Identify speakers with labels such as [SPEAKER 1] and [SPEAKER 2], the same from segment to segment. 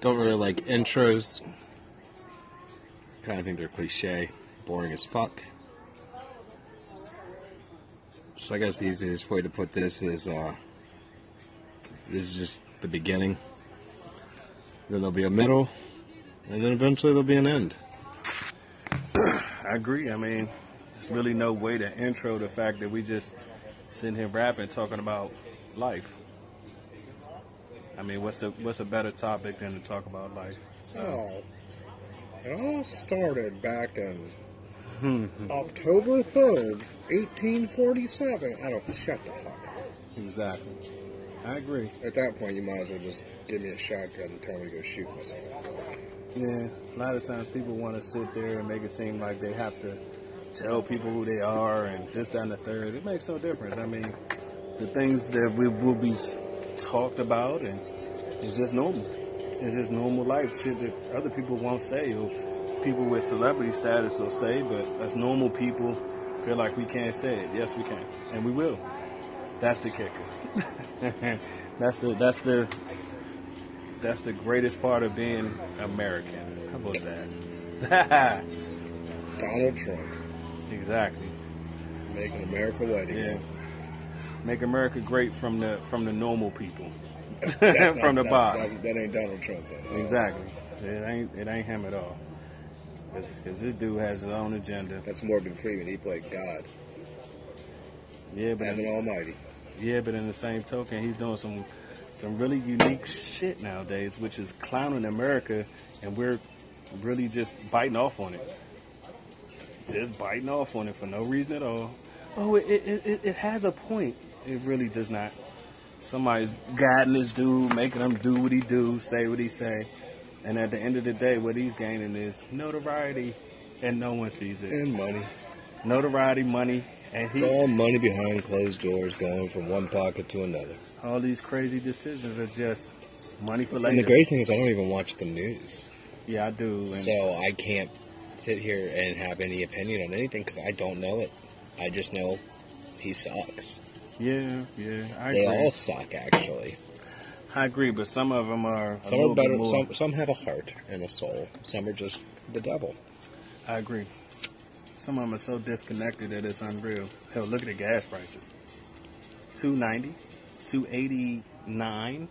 [SPEAKER 1] Don't really like intros. Kind of think they're cliche, boring as fuck. So I guess the easiest way to put this is uh, this is just the beginning. Then there'll be a middle, and then eventually there'll be an end.
[SPEAKER 2] I agree. I mean, there's really no way to intro the fact that we just sitting here rapping, talking about life. I mean, what's the what's a better topic than to talk about life?
[SPEAKER 3] Oh, it all started back in
[SPEAKER 2] Hmm.
[SPEAKER 3] October 3rd, 1847. I don't shut the fuck up.
[SPEAKER 2] Exactly. I agree.
[SPEAKER 3] At that point, you might as well just give me a shotgun and tell me to go shoot myself.
[SPEAKER 2] Yeah. A lot of times people want to sit there and make it seem like they have to tell people who they are and this, that, and the third. It makes no difference. I mean, the things that we will be talked about and it's just normal. It's just normal life shit that other people won't say or people with celebrity status will say, but as normal people feel like we can't say it. Yes, we can, and we will. That's the kicker. that's the that's the that's the greatest part of being American. How about that?
[SPEAKER 3] Donald Trump,
[SPEAKER 2] exactly.
[SPEAKER 3] making America white
[SPEAKER 2] Yeah.
[SPEAKER 3] again.
[SPEAKER 2] Make America great from the from the normal people.
[SPEAKER 3] That's not-
[SPEAKER 2] From the
[SPEAKER 3] that's-
[SPEAKER 2] Mm. bottom.
[SPEAKER 3] that's- That ain't Donald Trump, though.
[SPEAKER 2] Exactly. It ain't it ain't him at all. Because this dude has his own agenda.
[SPEAKER 3] That's Morgan Freeman. He played God,
[SPEAKER 2] Yeah, but
[SPEAKER 3] Heaven
[SPEAKER 2] in,
[SPEAKER 3] Almighty.
[SPEAKER 2] yeah, but in the same token, he's doing some some really unique shit nowadays, which is clowning America, and we're really just biting off on it. Just biting off on it for no reason at all. Oh, it it, it, it has a point. It really does not. Somebody's guiding this dude, making him do what he do, say what he say, and at the end of the day, what he's gaining is notoriety, and no one sees it.
[SPEAKER 3] And money.
[SPEAKER 2] Notoriety, money, and he.
[SPEAKER 3] It's all money behind closed doors going from one pocket to another.
[SPEAKER 2] all these crazy decisions are just money for later.
[SPEAKER 3] And the great thing is, I don't even watch the news.
[SPEAKER 2] yeah, I do. And
[SPEAKER 3] So I can't sit here and have any opinion on anything because I don't know it. I just know he sucks.
[SPEAKER 2] yeah, yeah, I
[SPEAKER 3] They
[SPEAKER 2] agree.
[SPEAKER 3] all suck, actually.
[SPEAKER 2] I agree, but some of them are a
[SPEAKER 3] Some
[SPEAKER 2] little
[SPEAKER 3] are better.
[SPEAKER 2] Bit more,
[SPEAKER 3] Some some have a heart and a soul. Some are just the devil.
[SPEAKER 2] I agree. Some of them are so disconnected that it's unreal. Hell, look at the gas prices. 290, 289.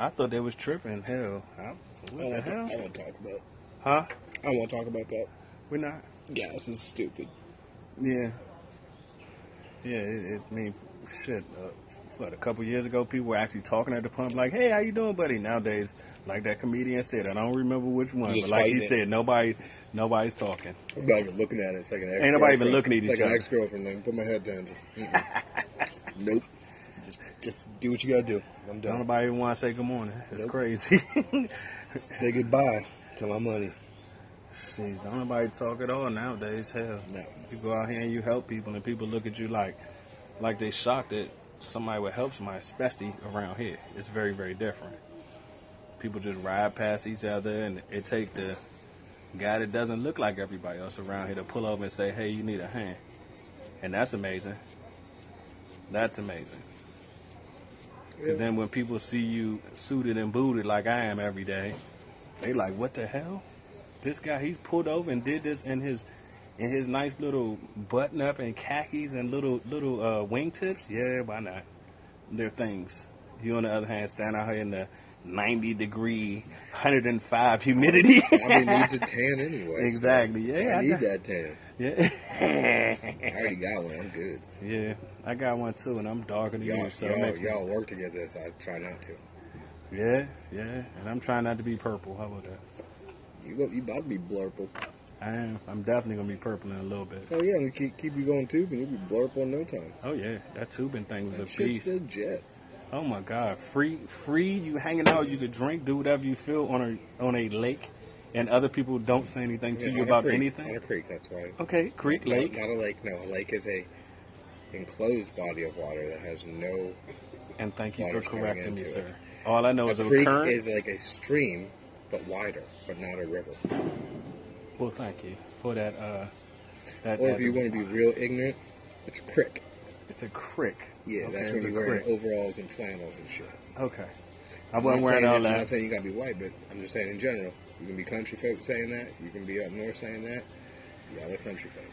[SPEAKER 2] I thought they was tripping. Hell, I,
[SPEAKER 3] I
[SPEAKER 2] what
[SPEAKER 3] want
[SPEAKER 2] the
[SPEAKER 3] to.
[SPEAKER 2] hell?
[SPEAKER 3] I want to talk about.
[SPEAKER 2] Huh?
[SPEAKER 3] I want to talk about that.
[SPEAKER 2] We're not.
[SPEAKER 3] Gas is stupid.
[SPEAKER 2] Yeah. Yeah, it, it I mean, shit. Uh, what, a couple years ago, people were actually talking at the pump, like, hey, how you doing, buddy? Nowadays, like that comedian said, I don't remember which one,
[SPEAKER 3] Just
[SPEAKER 2] but like he
[SPEAKER 3] fighting it.
[SPEAKER 2] said, nobody, nobody's talking.
[SPEAKER 3] I'm not even looking at it. It's like an ex.
[SPEAKER 2] Ain't nobody even looking at
[SPEAKER 3] it's
[SPEAKER 2] each
[SPEAKER 3] like
[SPEAKER 2] other.
[SPEAKER 3] an ex girlfriend thing. Put my head down. Just mm-mm. nope. Just, just do what you gotta do. I'm
[SPEAKER 2] Don't
[SPEAKER 3] done.
[SPEAKER 2] nobody want to say good morning. It's
[SPEAKER 3] Nope.
[SPEAKER 2] crazy.
[SPEAKER 3] Say goodbye to my money.
[SPEAKER 2] Jeez, don't nobody talk at all nowadays. Hell,
[SPEAKER 3] No.
[SPEAKER 2] you go out here and you help people, and people look at you like, like they shocked that somebody would help somebody, especially around here. It's very, very different. People just ride past each other, and it take the guy that doesn't look like everybody else around here to pull over and say, "Hey, you need a hand," and that's amazing. That's amazing. 'Cause then when people see you suited and booted like I am every day, they like, what the hell? This guy, he's pulled over and did this in his in his nice little button up and khakis and little little uh, wingtips. Yeah, why not? They're things. You on the other hand stand out here in the 90 degree, 105 humidity.
[SPEAKER 3] I mean, needs a tan anyway. so
[SPEAKER 2] Exactly. Yeah,
[SPEAKER 3] I
[SPEAKER 2] I
[SPEAKER 3] need
[SPEAKER 2] got-
[SPEAKER 3] that tan. I
[SPEAKER 2] yeah.
[SPEAKER 3] already got one. I'm good.
[SPEAKER 2] yeah, I got one too, and I'm darker than
[SPEAKER 3] Y'all,
[SPEAKER 2] you. So it
[SPEAKER 3] y'all,
[SPEAKER 2] makes-
[SPEAKER 3] y'all work to get this. I try not to.
[SPEAKER 2] yeah, yeah, and I'm trying not to be purple. How about that?
[SPEAKER 3] You go, you about to be blurple.
[SPEAKER 2] I am. I'm definitely gonna be purple in a little bit.
[SPEAKER 3] Oh yeah, we keep keep you going tube, and you'll be blurple in no time.
[SPEAKER 2] Oh yeah, that tubing thing was a
[SPEAKER 3] That shit's
[SPEAKER 2] beast.
[SPEAKER 3] legit.
[SPEAKER 2] Oh my god, free, free. You hanging out, you could drink, do whatever you feel on a on a lake, and other people don't say anything to
[SPEAKER 3] Yeah,
[SPEAKER 2] you
[SPEAKER 3] on a
[SPEAKER 2] about
[SPEAKER 3] creek, On a
[SPEAKER 2] anything.
[SPEAKER 3] creek, that's why.
[SPEAKER 2] Okay, creek,
[SPEAKER 3] No,
[SPEAKER 2] lake,
[SPEAKER 3] Not a lake. No, a lake is a enclosed body of water that has no.
[SPEAKER 2] and thank you for
[SPEAKER 3] Water's coming
[SPEAKER 2] correcting me,
[SPEAKER 3] into
[SPEAKER 2] sir.
[SPEAKER 3] it.
[SPEAKER 2] All I know
[SPEAKER 3] A
[SPEAKER 2] Oh, is a
[SPEAKER 3] creek
[SPEAKER 2] current.
[SPEAKER 3] is like a stream, but wider, but not a river.
[SPEAKER 2] well, thank you for that. Uh, that
[SPEAKER 3] Or
[SPEAKER 2] that-
[SPEAKER 3] if you want to be real ignorant, it's a crick.
[SPEAKER 2] It's a crick.
[SPEAKER 3] Yeah,
[SPEAKER 2] Okay,
[SPEAKER 3] that's
[SPEAKER 2] it's
[SPEAKER 3] when
[SPEAKER 2] a
[SPEAKER 3] you're wearing
[SPEAKER 2] crick.
[SPEAKER 3] overalls and flannels and shit.
[SPEAKER 2] Okay. I
[SPEAKER 3] I'm not
[SPEAKER 2] wasn't wearing
[SPEAKER 3] saying
[SPEAKER 2] all
[SPEAKER 3] I'm
[SPEAKER 2] that.
[SPEAKER 3] not saying you gotta be white, but I'm just saying in general, you can be country folk saying that. You can be up north saying that. Y'all are country folk.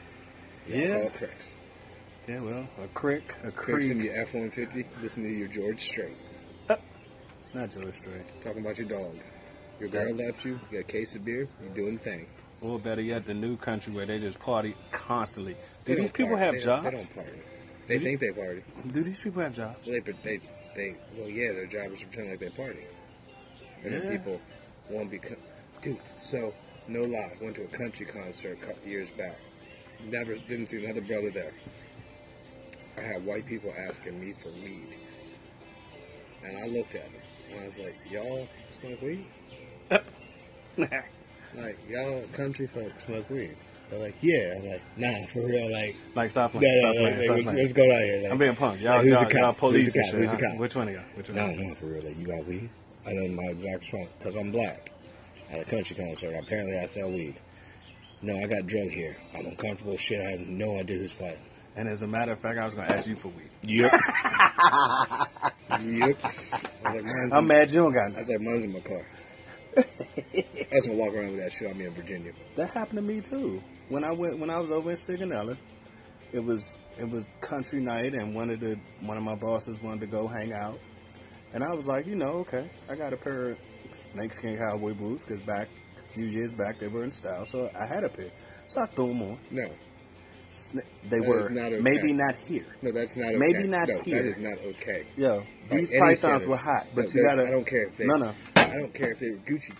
[SPEAKER 3] Y'all
[SPEAKER 2] Yeah.
[SPEAKER 3] All cricks.
[SPEAKER 2] Yeah, well, a crick, a
[SPEAKER 3] Cricks in
[SPEAKER 2] creek.
[SPEAKER 3] your F-150. Listen to your George Strait
[SPEAKER 2] Not George Strait.
[SPEAKER 3] talking about your dog. Your girl left you. You got a case of beer. You doing the thing.
[SPEAKER 2] Or better yet, the new country where they just party constantly.
[SPEAKER 3] They
[SPEAKER 2] Do these
[SPEAKER 3] don't
[SPEAKER 2] people
[SPEAKER 3] party.
[SPEAKER 2] have
[SPEAKER 3] they
[SPEAKER 2] jobs?
[SPEAKER 3] Don't, they don't party. They think they party.
[SPEAKER 2] Do these people have jobs?
[SPEAKER 3] They, but they, they, well, yeah, their job is to pretend like they party. And
[SPEAKER 2] Yeah.
[SPEAKER 3] then people won't be, co- dude. So no lie, went to a country concert a couple years back. Never didn't see another brother there. I had white people asking me for weed, and I looked at them and I was like, "Y'all smoke weed? Like y'all country folks smoke weed?" They're like, "Yeah." I'm like, "Nah, for real." Like,
[SPEAKER 2] like, stop
[SPEAKER 3] nah,
[SPEAKER 2] playing.
[SPEAKER 3] nah,
[SPEAKER 2] stop
[SPEAKER 3] nah, like,
[SPEAKER 2] playing. stop
[SPEAKER 3] what's,
[SPEAKER 2] playing.
[SPEAKER 3] what's going on here? Like,
[SPEAKER 2] I'm being punked. Y'all,
[SPEAKER 3] like, who's
[SPEAKER 2] y'all,
[SPEAKER 3] the cop?
[SPEAKER 2] y'all
[SPEAKER 3] Who's
[SPEAKER 2] police
[SPEAKER 3] the
[SPEAKER 2] and
[SPEAKER 3] cop?
[SPEAKER 2] shit,
[SPEAKER 3] Who's the
[SPEAKER 2] huh?
[SPEAKER 3] cop?
[SPEAKER 2] Which one of y'all? Which one?
[SPEAKER 3] No, no, for real. Like, you got weed? I know my exact spot because I'm black. At a country concert, apparently I sell weed. No, I got drug here. I'm uncomfortable as shit. I have no idea who's playing.
[SPEAKER 2] And as a matter of fact, I was going to ask you for weed.
[SPEAKER 3] Yep. yep. I was like, mine's
[SPEAKER 2] I'm
[SPEAKER 3] in,
[SPEAKER 2] mad you don't got
[SPEAKER 3] I
[SPEAKER 2] none.
[SPEAKER 3] was like, mine's in my car. I was gonna walk around with that shit on me in Virginia.
[SPEAKER 2] That happened to me too. When I went, when I was over in Sigonella, it was it was country night, and one of the one of my bosses wanted to go hang out, and I was like, you know, okay, I got a pair of snakeskin cowboy boots because back a few years back they were in style, so I had a pair, so I threw them on.
[SPEAKER 3] No,
[SPEAKER 2] Sna- They
[SPEAKER 3] That
[SPEAKER 2] were
[SPEAKER 3] is not okay.
[SPEAKER 2] maybe not here.
[SPEAKER 3] no, that's not okay.
[SPEAKER 2] Maybe not
[SPEAKER 3] no,
[SPEAKER 2] here.
[SPEAKER 3] That is not okay.
[SPEAKER 2] Yo,
[SPEAKER 3] By
[SPEAKER 2] these
[SPEAKER 3] any
[SPEAKER 2] pythons
[SPEAKER 3] standards.
[SPEAKER 2] were hot, but
[SPEAKER 3] No,
[SPEAKER 2] you
[SPEAKER 3] they're-
[SPEAKER 2] gotta.
[SPEAKER 3] I don't care if they.
[SPEAKER 2] No, no.
[SPEAKER 3] I don't care if they were Gucci.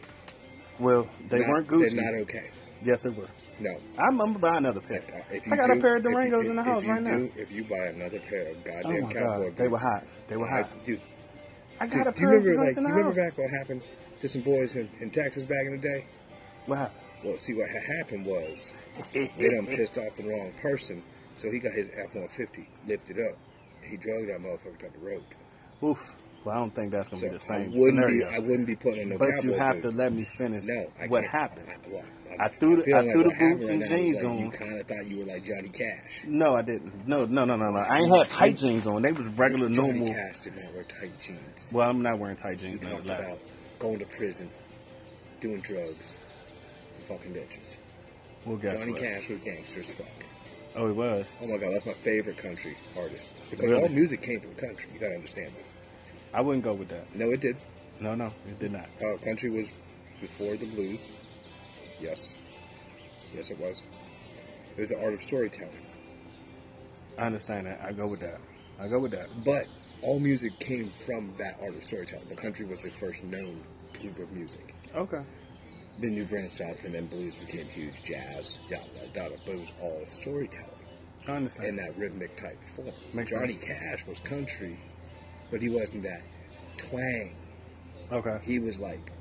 [SPEAKER 2] Well, they
[SPEAKER 3] Not-
[SPEAKER 2] weren't Gucci.
[SPEAKER 3] They're not okay.
[SPEAKER 2] yes, they were.
[SPEAKER 3] No,
[SPEAKER 2] I'm, I'm gonna buy another pair.
[SPEAKER 3] Like, uh, if you
[SPEAKER 2] I got
[SPEAKER 3] do-
[SPEAKER 2] a pair of
[SPEAKER 3] if you-
[SPEAKER 2] Durangos
[SPEAKER 3] if-
[SPEAKER 2] in the
[SPEAKER 3] if
[SPEAKER 2] house
[SPEAKER 3] you
[SPEAKER 2] right now.
[SPEAKER 3] do- If you buy another pair of
[SPEAKER 2] Oh
[SPEAKER 3] goddamn cowboy
[SPEAKER 2] my god, they
[SPEAKER 3] boots,
[SPEAKER 2] were hot. They were
[SPEAKER 3] I-
[SPEAKER 2] hot.
[SPEAKER 3] dude.
[SPEAKER 2] I got
[SPEAKER 3] dude,
[SPEAKER 2] a
[SPEAKER 3] do you
[SPEAKER 2] pair of
[SPEAKER 3] remember
[SPEAKER 2] Durangos
[SPEAKER 3] like
[SPEAKER 2] in
[SPEAKER 3] you
[SPEAKER 2] the
[SPEAKER 3] remember
[SPEAKER 2] house.
[SPEAKER 3] back what happened to some boys in, in Texas back in the day?
[SPEAKER 2] What happened?
[SPEAKER 3] Well, see what had happened was they done pissed off the wrong person, so he got his F one fifty lifted up. He drove that motherfucker down the road.
[SPEAKER 2] Oof. Well, I don't think that's gonna
[SPEAKER 3] So
[SPEAKER 2] be the
[SPEAKER 3] I
[SPEAKER 2] same
[SPEAKER 3] wouldn't
[SPEAKER 2] scenario.
[SPEAKER 3] be I wouldn't be putting on no
[SPEAKER 2] but
[SPEAKER 3] cowboy
[SPEAKER 2] you have
[SPEAKER 3] boots.
[SPEAKER 2] to let me finish.
[SPEAKER 3] no, I
[SPEAKER 2] what
[SPEAKER 3] can't.
[SPEAKER 2] happened?
[SPEAKER 3] I, well, I'm-
[SPEAKER 2] I threw the-
[SPEAKER 3] I'm feeling
[SPEAKER 2] I
[SPEAKER 3] like
[SPEAKER 2] threw the
[SPEAKER 3] what happened
[SPEAKER 2] boots
[SPEAKER 3] right
[SPEAKER 2] and
[SPEAKER 3] now is
[SPEAKER 2] jeans
[SPEAKER 3] like You
[SPEAKER 2] on.
[SPEAKER 3] kind of thought you were like Johnny Cash.
[SPEAKER 2] no, I didn't. No, no, no, no, no. I ain't had tight jeans on. They was regular,
[SPEAKER 3] Johnny
[SPEAKER 2] normal.
[SPEAKER 3] Cash did not wear tight jeans.
[SPEAKER 2] Well, I'm not wearing tight
[SPEAKER 3] You
[SPEAKER 2] jeans.
[SPEAKER 3] talked
[SPEAKER 2] nonetheless.
[SPEAKER 3] about going to prison, doing drugs, and fucking bitches.
[SPEAKER 2] Well, guess
[SPEAKER 3] Johnny
[SPEAKER 2] what?
[SPEAKER 3] Cash was gangster as fuck.
[SPEAKER 2] Oh, it was.
[SPEAKER 3] Oh my god, that's my favorite country artist. Because
[SPEAKER 2] Really?
[SPEAKER 3] all music came from country. You gotta understand that.
[SPEAKER 2] I wouldn't go with that.
[SPEAKER 3] No, it did.
[SPEAKER 2] No, no, it did not.
[SPEAKER 3] Uh, country was before the blues. Yes. Yes, it was. It was the art of storytelling.
[SPEAKER 2] I understand that. I go with that. I go with that.
[SPEAKER 3] But all music came from that art of storytelling. The country was the first known group of music.
[SPEAKER 2] Okay.
[SPEAKER 3] Then you branched out, and then blues became huge. Jazz, da da da da. But it was all storytelling.
[SPEAKER 2] I understand.
[SPEAKER 3] in that rhythmic type form.
[SPEAKER 2] Makes
[SPEAKER 3] Johnny
[SPEAKER 2] sense.
[SPEAKER 3] Cash was country, but he wasn't that twang.
[SPEAKER 2] okay.
[SPEAKER 3] He was like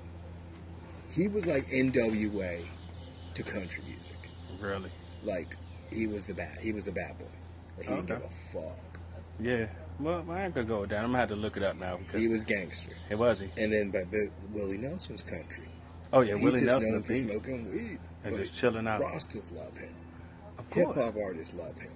[SPEAKER 3] he was like NWA to country music.
[SPEAKER 2] Really?
[SPEAKER 3] Like he was the bad he was the bad boy. Like, he didn't
[SPEAKER 2] Okay.
[SPEAKER 3] give a fuck.
[SPEAKER 2] Yeah. Well, I ain't gonna go with that. I'm gonna have to look it up now because
[SPEAKER 3] He was gangster.
[SPEAKER 2] it was he.
[SPEAKER 3] And then by Bi- Willie Nelson's country.
[SPEAKER 2] Oh yeah,
[SPEAKER 3] He's
[SPEAKER 2] Willie
[SPEAKER 3] just
[SPEAKER 2] Nelson.
[SPEAKER 3] known
[SPEAKER 2] the
[SPEAKER 3] for
[SPEAKER 2] beat.
[SPEAKER 3] smoking weed.
[SPEAKER 2] And
[SPEAKER 3] but
[SPEAKER 2] just chilling out.
[SPEAKER 3] Rostas love him.
[SPEAKER 2] Of
[SPEAKER 3] Hip
[SPEAKER 2] course.
[SPEAKER 3] hop artists love him.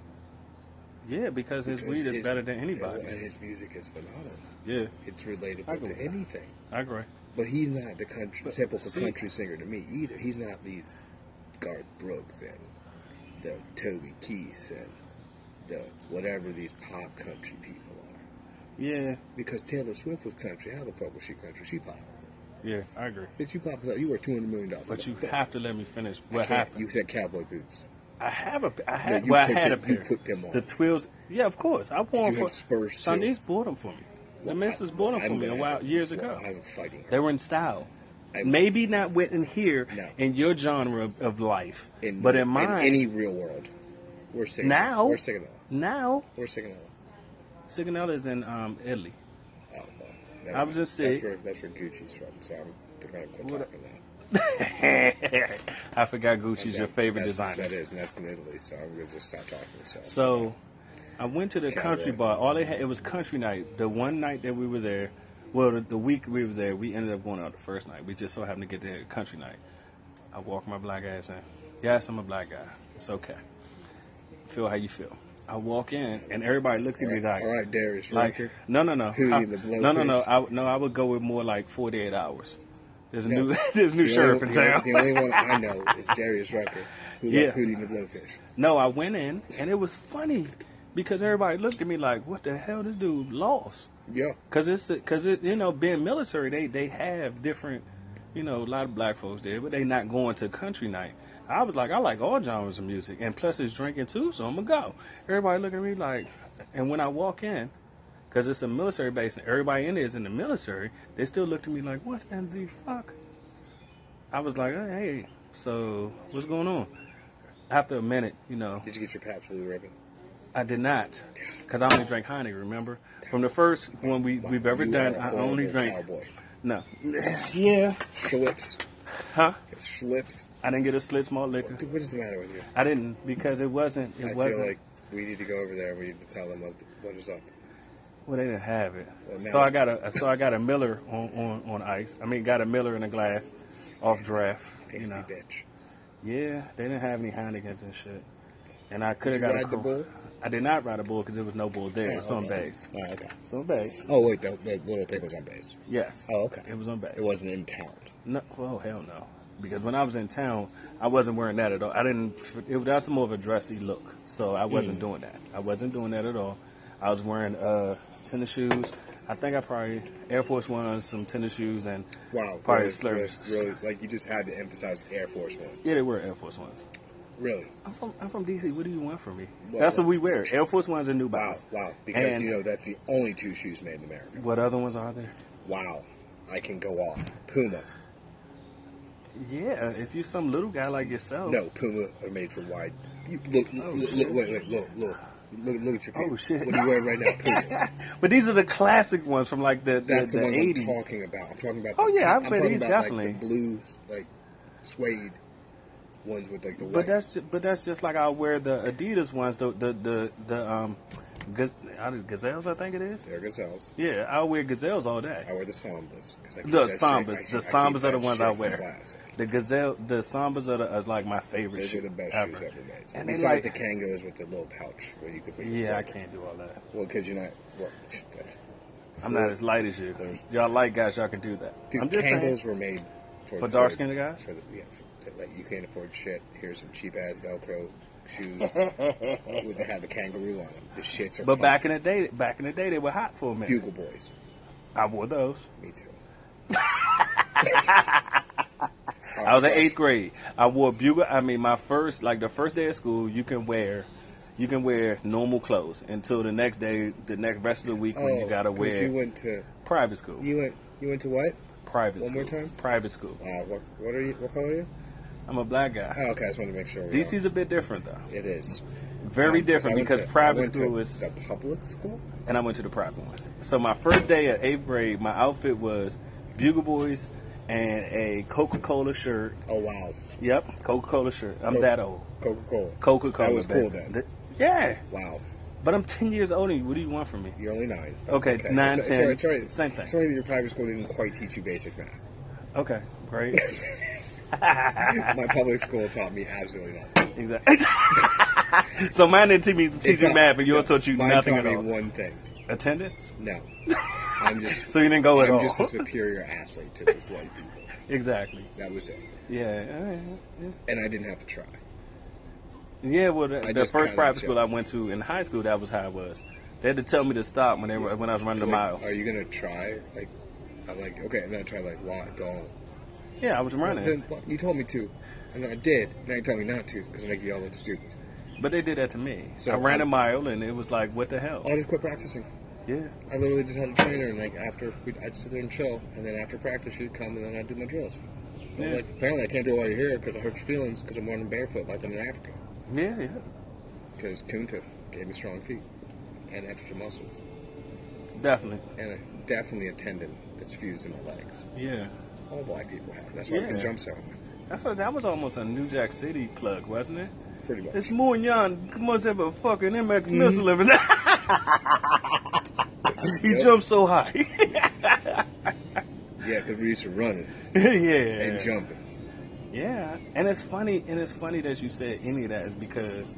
[SPEAKER 2] Yeah, because his
[SPEAKER 3] because
[SPEAKER 2] weed is
[SPEAKER 3] his-
[SPEAKER 2] better than anybody.
[SPEAKER 3] And his music is phenomenal.
[SPEAKER 2] yeah,
[SPEAKER 3] It's
[SPEAKER 2] I
[SPEAKER 3] relatable
[SPEAKER 2] go with
[SPEAKER 3] to
[SPEAKER 2] that.
[SPEAKER 3] anything.
[SPEAKER 2] I agree.
[SPEAKER 3] But he's not the country
[SPEAKER 2] But
[SPEAKER 3] typical
[SPEAKER 2] see-
[SPEAKER 3] country singer to me either. He's not these Garth Brooks and the Toby Keith and the whatever these pop country people are.
[SPEAKER 2] Yeah,
[SPEAKER 3] Because Taylor Swift was country. How the fuck was she country? She pop.
[SPEAKER 2] yeah, I agree.
[SPEAKER 3] Bitch, you pop. You were two hundred million dollars.
[SPEAKER 2] But you
[SPEAKER 3] Fuck.
[SPEAKER 2] have to let me finish
[SPEAKER 3] I
[SPEAKER 2] what
[SPEAKER 3] can't.
[SPEAKER 2] happened.
[SPEAKER 3] You said cowboy boots.
[SPEAKER 2] I have a, I
[SPEAKER 3] No,
[SPEAKER 2] had,
[SPEAKER 3] you
[SPEAKER 2] well, I
[SPEAKER 3] put
[SPEAKER 2] had a
[SPEAKER 3] them- you
[SPEAKER 2] pair.
[SPEAKER 3] put them on.
[SPEAKER 2] The twills. Yeah, of course. I wore
[SPEAKER 3] you
[SPEAKER 2] them for.
[SPEAKER 3] had Spurs, too.
[SPEAKER 2] Sunday's bought them for me. The missus bought them for me a while years ago.
[SPEAKER 3] I was fighting her.
[SPEAKER 2] They were in style.
[SPEAKER 3] I'm-
[SPEAKER 2] Maybe not with in here
[SPEAKER 3] No.
[SPEAKER 2] in your genre of, of life, but in mine
[SPEAKER 3] any real world, we're singing
[SPEAKER 2] Now?
[SPEAKER 3] We're singing all.
[SPEAKER 2] now,
[SPEAKER 3] We're singing all.
[SPEAKER 2] Sigonella is in um, Italy.
[SPEAKER 3] I don't know. Never
[SPEAKER 2] I
[SPEAKER 3] mind.
[SPEAKER 2] was just
[SPEAKER 3] That's
[SPEAKER 2] saying-
[SPEAKER 3] where, that's where Gucci's from, so I'm gonna quit
[SPEAKER 2] What-
[SPEAKER 3] talking now.
[SPEAKER 2] I forgot Gucci's your
[SPEAKER 3] That-
[SPEAKER 2] favorite
[SPEAKER 3] that's-
[SPEAKER 2] designer.
[SPEAKER 3] That is, and that's in Italy, so I'm gonna just stop talking. So,
[SPEAKER 2] So I went to the
[SPEAKER 3] Cowboy.
[SPEAKER 2] country bar. All they had it was country night. The one night that we were there, well, the, the week we were there, we ended up going out the first night. We just so happened to get there at country night. I walked my black ass in. Yes, I'm a black guy. It's okay. Feel how you feel. I walk in and everybody looks at me like,
[SPEAKER 3] all right, Darius
[SPEAKER 2] like
[SPEAKER 3] Rucker.
[SPEAKER 2] no, no, no,
[SPEAKER 3] Who
[SPEAKER 2] I-
[SPEAKER 3] need to blow
[SPEAKER 2] no, no, no.
[SPEAKER 3] fish?
[SPEAKER 2] I, no, I would go with more like forty-eight hours. There's a
[SPEAKER 3] No.
[SPEAKER 2] new, there's a new
[SPEAKER 3] The
[SPEAKER 2] sheriff
[SPEAKER 3] only-
[SPEAKER 2] in
[SPEAKER 3] the only-
[SPEAKER 2] town.
[SPEAKER 3] The only one I know is Darius Rucker, who
[SPEAKER 2] Yeah.
[SPEAKER 3] like Hootie and the Blowfish.
[SPEAKER 2] No, I went in and it was funny because everybody looked at me like, "What the hell? This dude lost."
[SPEAKER 3] Yeah,
[SPEAKER 2] Cause it's because it you know being military they they have different you know a lot of black folks there but they not going to country night. I was like I like all genres of music and plus it's drinking too so I'm gonna go. Everybody look at me like and when I walk in because it's a military base and everybody in there is in the military they still looked at me like what in the fuck. I was like hey so what's going on. After a minute you know
[SPEAKER 3] did you get your Pabst Blue Ribbon?
[SPEAKER 2] I did not, because I only drank Honey. Remember, from the first one we we've ever
[SPEAKER 3] You
[SPEAKER 2] done,
[SPEAKER 3] are a
[SPEAKER 2] I only
[SPEAKER 3] horrible
[SPEAKER 2] drank
[SPEAKER 3] Cowboy.
[SPEAKER 2] no. Yeah,
[SPEAKER 3] Schlips.
[SPEAKER 2] huh?
[SPEAKER 3] Schlips.
[SPEAKER 2] I didn't get a Slitz malt liquor.
[SPEAKER 3] Dude, what is the matter with you?
[SPEAKER 2] I didn't because it wasn't. It
[SPEAKER 3] I
[SPEAKER 2] wasn't.
[SPEAKER 3] feel like we need to go over there and we need to tell them what, what is up.
[SPEAKER 2] well, they didn't have it.
[SPEAKER 3] Well,
[SPEAKER 2] so
[SPEAKER 3] now-
[SPEAKER 2] I got a so I got a Miller on, on on ice. I mean, got a Miller in a glass, off draft. You
[SPEAKER 3] Fancy
[SPEAKER 2] know.
[SPEAKER 3] bitch.
[SPEAKER 2] Yeah, they didn't have any Heinekens and shit. And I could
[SPEAKER 3] Did
[SPEAKER 2] have
[SPEAKER 3] you
[SPEAKER 2] got a
[SPEAKER 3] ride the
[SPEAKER 2] Cor-
[SPEAKER 3] bull?
[SPEAKER 2] I did not ride a bull because there was no bull there. it's on
[SPEAKER 3] okay.
[SPEAKER 2] base.
[SPEAKER 3] Oh, okay.
[SPEAKER 2] It's on base.
[SPEAKER 3] Oh, wait, the, the little thing was on base.
[SPEAKER 2] Yes.
[SPEAKER 3] Oh, okay.
[SPEAKER 2] It was on base.
[SPEAKER 3] It wasn't in town.
[SPEAKER 2] No, oh hell no. Because when I was in town, I wasn't wearing that at all. I didn't. It, that's more of a dressy look, so I
[SPEAKER 3] Mm.
[SPEAKER 2] wasn't doing that. I wasn't doing that at all. I was wearing uh, tennis shoes. I think I probably Air Force Ones, some tennis shoes, and
[SPEAKER 3] Wow.
[SPEAKER 2] probably
[SPEAKER 3] really, really,
[SPEAKER 2] slurps.
[SPEAKER 3] really, like, you just had to emphasize Air Force One.
[SPEAKER 2] Yeah, they were Air Force Ones.
[SPEAKER 3] Really.
[SPEAKER 2] I'm from, I'm from DC. What do you want from me?
[SPEAKER 3] Well,
[SPEAKER 2] that's what
[SPEAKER 3] well.
[SPEAKER 2] we wear. Air Force Ones and New
[SPEAKER 3] Wow,
[SPEAKER 2] Balance.
[SPEAKER 3] wow. Because,
[SPEAKER 2] And
[SPEAKER 3] you know, that's the only two shoes made in America.
[SPEAKER 2] what other ones are there?
[SPEAKER 3] Wow. I can go off. Puma.
[SPEAKER 2] Yeah, if you're some little guy like yourself.
[SPEAKER 3] No, Puma are made for wide. You, look,
[SPEAKER 2] Oh,
[SPEAKER 3] look,
[SPEAKER 2] shit.
[SPEAKER 3] look, wait, wait, look, look. Look, look at your feet.
[SPEAKER 2] Oh, shit.
[SPEAKER 3] What are you wearing right now? Pumas.
[SPEAKER 2] But these are the classic ones from like the the,
[SPEAKER 3] That's the,
[SPEAKER 2] the
[SPEAKER 3] ones
[SPEAKER 2] 80s.
[SPEAKER 3] I'm talking about. I'm talking about.
[SPEAKER 2] Oh,
[SPEAKER 3] the-
[SPEAKER 2] yeah, I
[SPEAKER 3] I'm
[SPEAKER 2] bet
[SPEAKER 3] talking
[SPEAKER 2] he's
[SPEAKER 3] about,
[SPEAKER 2] definitely-
[SPEAKER 3] like the blue, like suede ones with like the white.
[SPEAKER 2] But that's ju- but that's just like I wear the Adidas ones, the the the, the um, gaz- I don't- gazelles I think it is.
[SPEAKER 3] They're gazelles.
[SPEAKER 2] Yeah, I wear gazelles all
[SPEAKER 3] I
[SPEAKER 2] day.
[SPEAKER 3] wear the sambas. 'cause I keep
[SPEAKER 2] The
[SPEAKER 3] that shit- I
[SPEAKER 2] sambas,
[SPEAKER 3] keep-
[SPEAKER 2] the
[SPEAKER 3] I keep
[SPEAKER 2] sambas are
[SPEAKER 3] that
[SPEAKER 2] the ones I
[SPEAKER 3] shit
[SPEAKER 2] wear.
[SPEAKER 3] classic.
[SPEAKER 2] The gazelle, the sambas are, the, is like my favorite.
[SPEAKER 3] Those
[SPEAKER 2] shoe
[SPEAKER 3] are the best
[SPEAKER 2] ever.
[SPEAKER 3] shoes ever made.
[SPEAKER 2] And they
[SPEAKER 3] Besides
[SPEAKER 2] like,
[SPEAKER 3] the Kangos with the little pouch where you could put. your
[SPEAKER 2] yeah, I
[SPEAKER 3] foot.
[SPEAKER 2] can't do all that.
[SPEAKER 3] Well, because you're not. Well,
[SPEAKER 2] I'm not as light as you. Y'all light guys, y'all can do that.
[SPEAKER 3] Dude,
[SPEAKER 2] I'm just
[SPEAKER 3] Kangos
[SPEAKER 2] saying.
[SPEAKER 3] were made for,
[SPEAKER 2] For
[SPEAKER 3] the-
[SPEAKER 2] dark-skinned guys?
[SPEAKER 3] For the, yeah, for, like you can't afford shit. Here's some cheap ass Velcro shoes with they have a kangaroo on them. The shits are.
[SPEAKER 2] But back in the day, back in the day, they were hot for a minute.
[SPEAKER 3] Bugle Boys,
[SPEAKER 2] I wore those.
[SPEAKER 3] me too.
[SPEAKER 2] I was in eighth grade. I wore bugle. I mean, my first, like the first day of school, you can wear, you can wear normal clothes until the next day, the next rest of the week when you
[SPEAKER 3] Oh,
[SPEAKER 2] gotta
[SPEAKER 3] 'cause
[SPEAKER 2] wear
[SPEAKER 3] You went to
[SPEAKER 2] private school.
[SPEAKER 3] you went you went to what?
[SPEAKER 2] private
[SPEAKER 3] one
[SPEAKER 2] school.
[SPEAKER 3] more time?
[SPEAKER 2] Private school.
[SPEAKER 3] Uh, what what are you? What color are you?
[SPEAKER 2] I'm a black guy.
[SPEAKER 3] Oh, okay. I just wanted to make sure. we
[SPEAKER 2] DC's a bit different though.
[SPEAKER 3] all- It is
[SPEAKER 2] Very
[SPEAKER 3] Um, 'cause I
[SPEAKER 2] different
[SPEAKER 3] went
[SPEAKER 2] because
[SPEAKER 3] to- I
[SPEAKER 2] private
[SPEAKER 3] went to
[SPEAKER 2] school is,
[SPEAKER 3] the public school.
[SPEAKER 2] and I went to the private one. So my first day at eighth grade, my outfit was bugle boys and a Coca-Cola shirt.
[SPEAKER 3] Oh wow,
[SPEAKER 2] Yep, Coca-Cola shirt. I'm
[SPEAKER 3] Coke.
[SPEAKER 2] that old.
[SPEAKER 3] Coca Cola.
[SPEAKER 2] Coca-Cola.
[SPEAKER 3] That was cool
[SPEAKER 2] baby.
[SPEAKER 3] then.
[SPEAKER 2] Th- Yeah.
[SPEAKER 3] Wow,
[SPEAKER 2] But I'm 10 years older. than you. What do you want from me?
[SPEAKER 3] you're only nine. That's
[SPEAKER 2] Okay, nine,
[SPEAKER 3] it's, It's,
[SPEAKER 2] ten,
[SPEAKER 3] all right, it's, all right.
[SPEAKER 2] same thing.
[SPEAKER 3] It's only that your private school didn't quite teach you basic math.
[SPEAKER 2] Okay, great.
[SPEAKER 3] My public school taught me absolutely nothing.
[SPEAKER 2] exactly. so mine didn't teach me, teach you
[SPEAKER 3] taught-
[SPEAKER 2] math, but yours
[SPEAKER 3] no,
[SPEAKER 2] taught you
[SPEAKER 3] mine
[SPEAKER 2] nothing
[SPEAKER 3] taught
[SPEAKER 2] at
[SPEAKER 3] me
[SPEAKER 2] all.
[SPEAKER 3] one thing.
[SPEAKER 2] Attendance?
[SPEAKER 3] No, I'm just.
[SPEAKER 2] So you didn't go at
[SPEAKER 3] I'm
[SPEAKER 2] all.
[SPEAKER 3] just a superior athlete to these white people.
[SPEAKER 2] exactly.
[SPEAKER 3] That was it,
[SPEAKER 2] Yeah. all right, yeah.
[SPEAKER 3] and I didn't have to try.
[SPEAKER 2] Yeah, well, the,
[SPEAKER 3] I
[SPEAKER 2] the
[SPEAKER 3] just
[SPEAKER 2] first
[SPEAKER 3] kinda
[SPEAKER 2] private
[SPEAKER 3] chill.
[SPEAKER 2] school I went to in high school, that was how it was. They had to tell me to stop when they were, when I was running the
[SPEAKER 3] Like,
[SPEAKER 2] mile.
[SPEAKER 3] Are you gonna try? Like, I'm like, okay, and then I try like, why don't?
[SPEAKER 2] Yeah, I was running.
[SPEAKER 3] Then what, you told me to, and then I did. Now you tell me not to because I make you all look stupid.
[SPEAKER 2] but they did that to me.
[SPEAKER 3] So
[SPEAKER 2] I ran
[SPEAKER 3] I- Oh.
[SPEAKER 2] a mile and it was like, what the hell?
[SPEAKER 3] I just quit practicing.
[SPEAKER 2] Yeah.
[SPEAKER 3] I literally just had a trainer, and like after we, I just sit there and chill, and then after practice she'd come, and then I'd do my drills. And I'm
[SPEAKER 2] Yeah.
[SPEAKER 3] Like apparently I can't do it while you're here because it hurts your feelings because I'm running barefoot like I'm in Africa
[SPEAKER 2] Yeah, yeah.
[SPEAKER 3] because Kunta gave me strong feet and extra muscles
[SPEAKER 2] Definitely.
[SPEAKER 3] and a, definitely a tendon that's fused in my legs.
[SPEAKER 2] Yeah.
[SPEAKER 3] All black people have. That's why I can
[SPEAKER 2] Yeah.
[SPEAKER 3] jump so high.
[SPEAKER 2] That's a, that was almost a New Jack City plug, wasn't it?
[SPEAKER 3] Pretty much.
[SPEAKER 2] It's more than y'all much of a fucking MX
[SPEAKER 3] Mm-hmm.
[SPEAKER 2] missile living. he
[SPEAKER 3] Yep.
[SPEAKER 2] jumped so high.
[SPEAKER 3] Yeah, because we used to running
[SPEAKER 2] yeah.
[SPEAKER 3] and jumping.
[SPEAKER 2] Yeah, and it's funny, and it's funny that you said any of that is because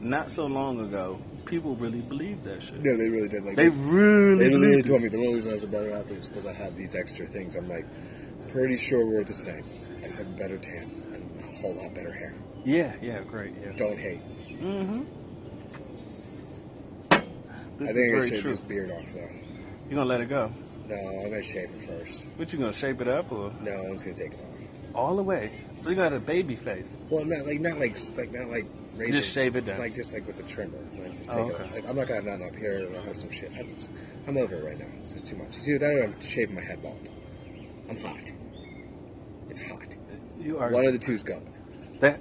[SPEAKER 2] not so long ago, people really believe that shit.
[SPEAKER 3] No, they really did like.
[SPEAKER 2] They
[SPEAKER 3] they
[SPEAKER 2] really,
[SPEAKER 3] literally
[SPEAKER 2] believed it.
[SPEAKER 3] told me the only reason I was a better athlete is because I have these extra things. I'm like, pretty sure we're the same. I just have a better tan and a whole lot better hair.
[SPEAKER 2] Yeah, yeah, great, yeah. Mm-hmm.
[SPEAKER 3] Don't hate.
[SPEAKER 2] This
[SPEAKER 3] I think I
[SPEAKER 2] is very
[SPEAKER 3] shaved
[SPEAKER 2] true.
[SPEAKER 3] this beard off though.
[SPEAKER 2] You gonna let it go?
[SPEAKER 3] No, I'm gonna shave it first.
[SPEAKER 2] What you gonna shape it up or
[SPEAKER 3] No, I'm just gonna take it off.
[SPEAKER 2] all the way? So you got a baby face.
[SPEAKER 3] Well, not like not like like not like razor.
[SPEAKER 2] Just shave it down.
[SPEAKER 3] Like just like with the trimmer. Like just take
[SPEAKER 2] Oh,
[SPEAKER 3] it off.
[SPEAKER 2] okay.
[SPEAKER 3] Like I'm not gonna have nothing up here. and I'll have some shit. I'm, just, I'm over it right now. It's just too much. It's either that or I'm shaving my head bald. I'm hot. It's hot.
[SPEAKER 2] You are
[SPEAKER 3] One of the two's going.
[SPEAKER 2] that.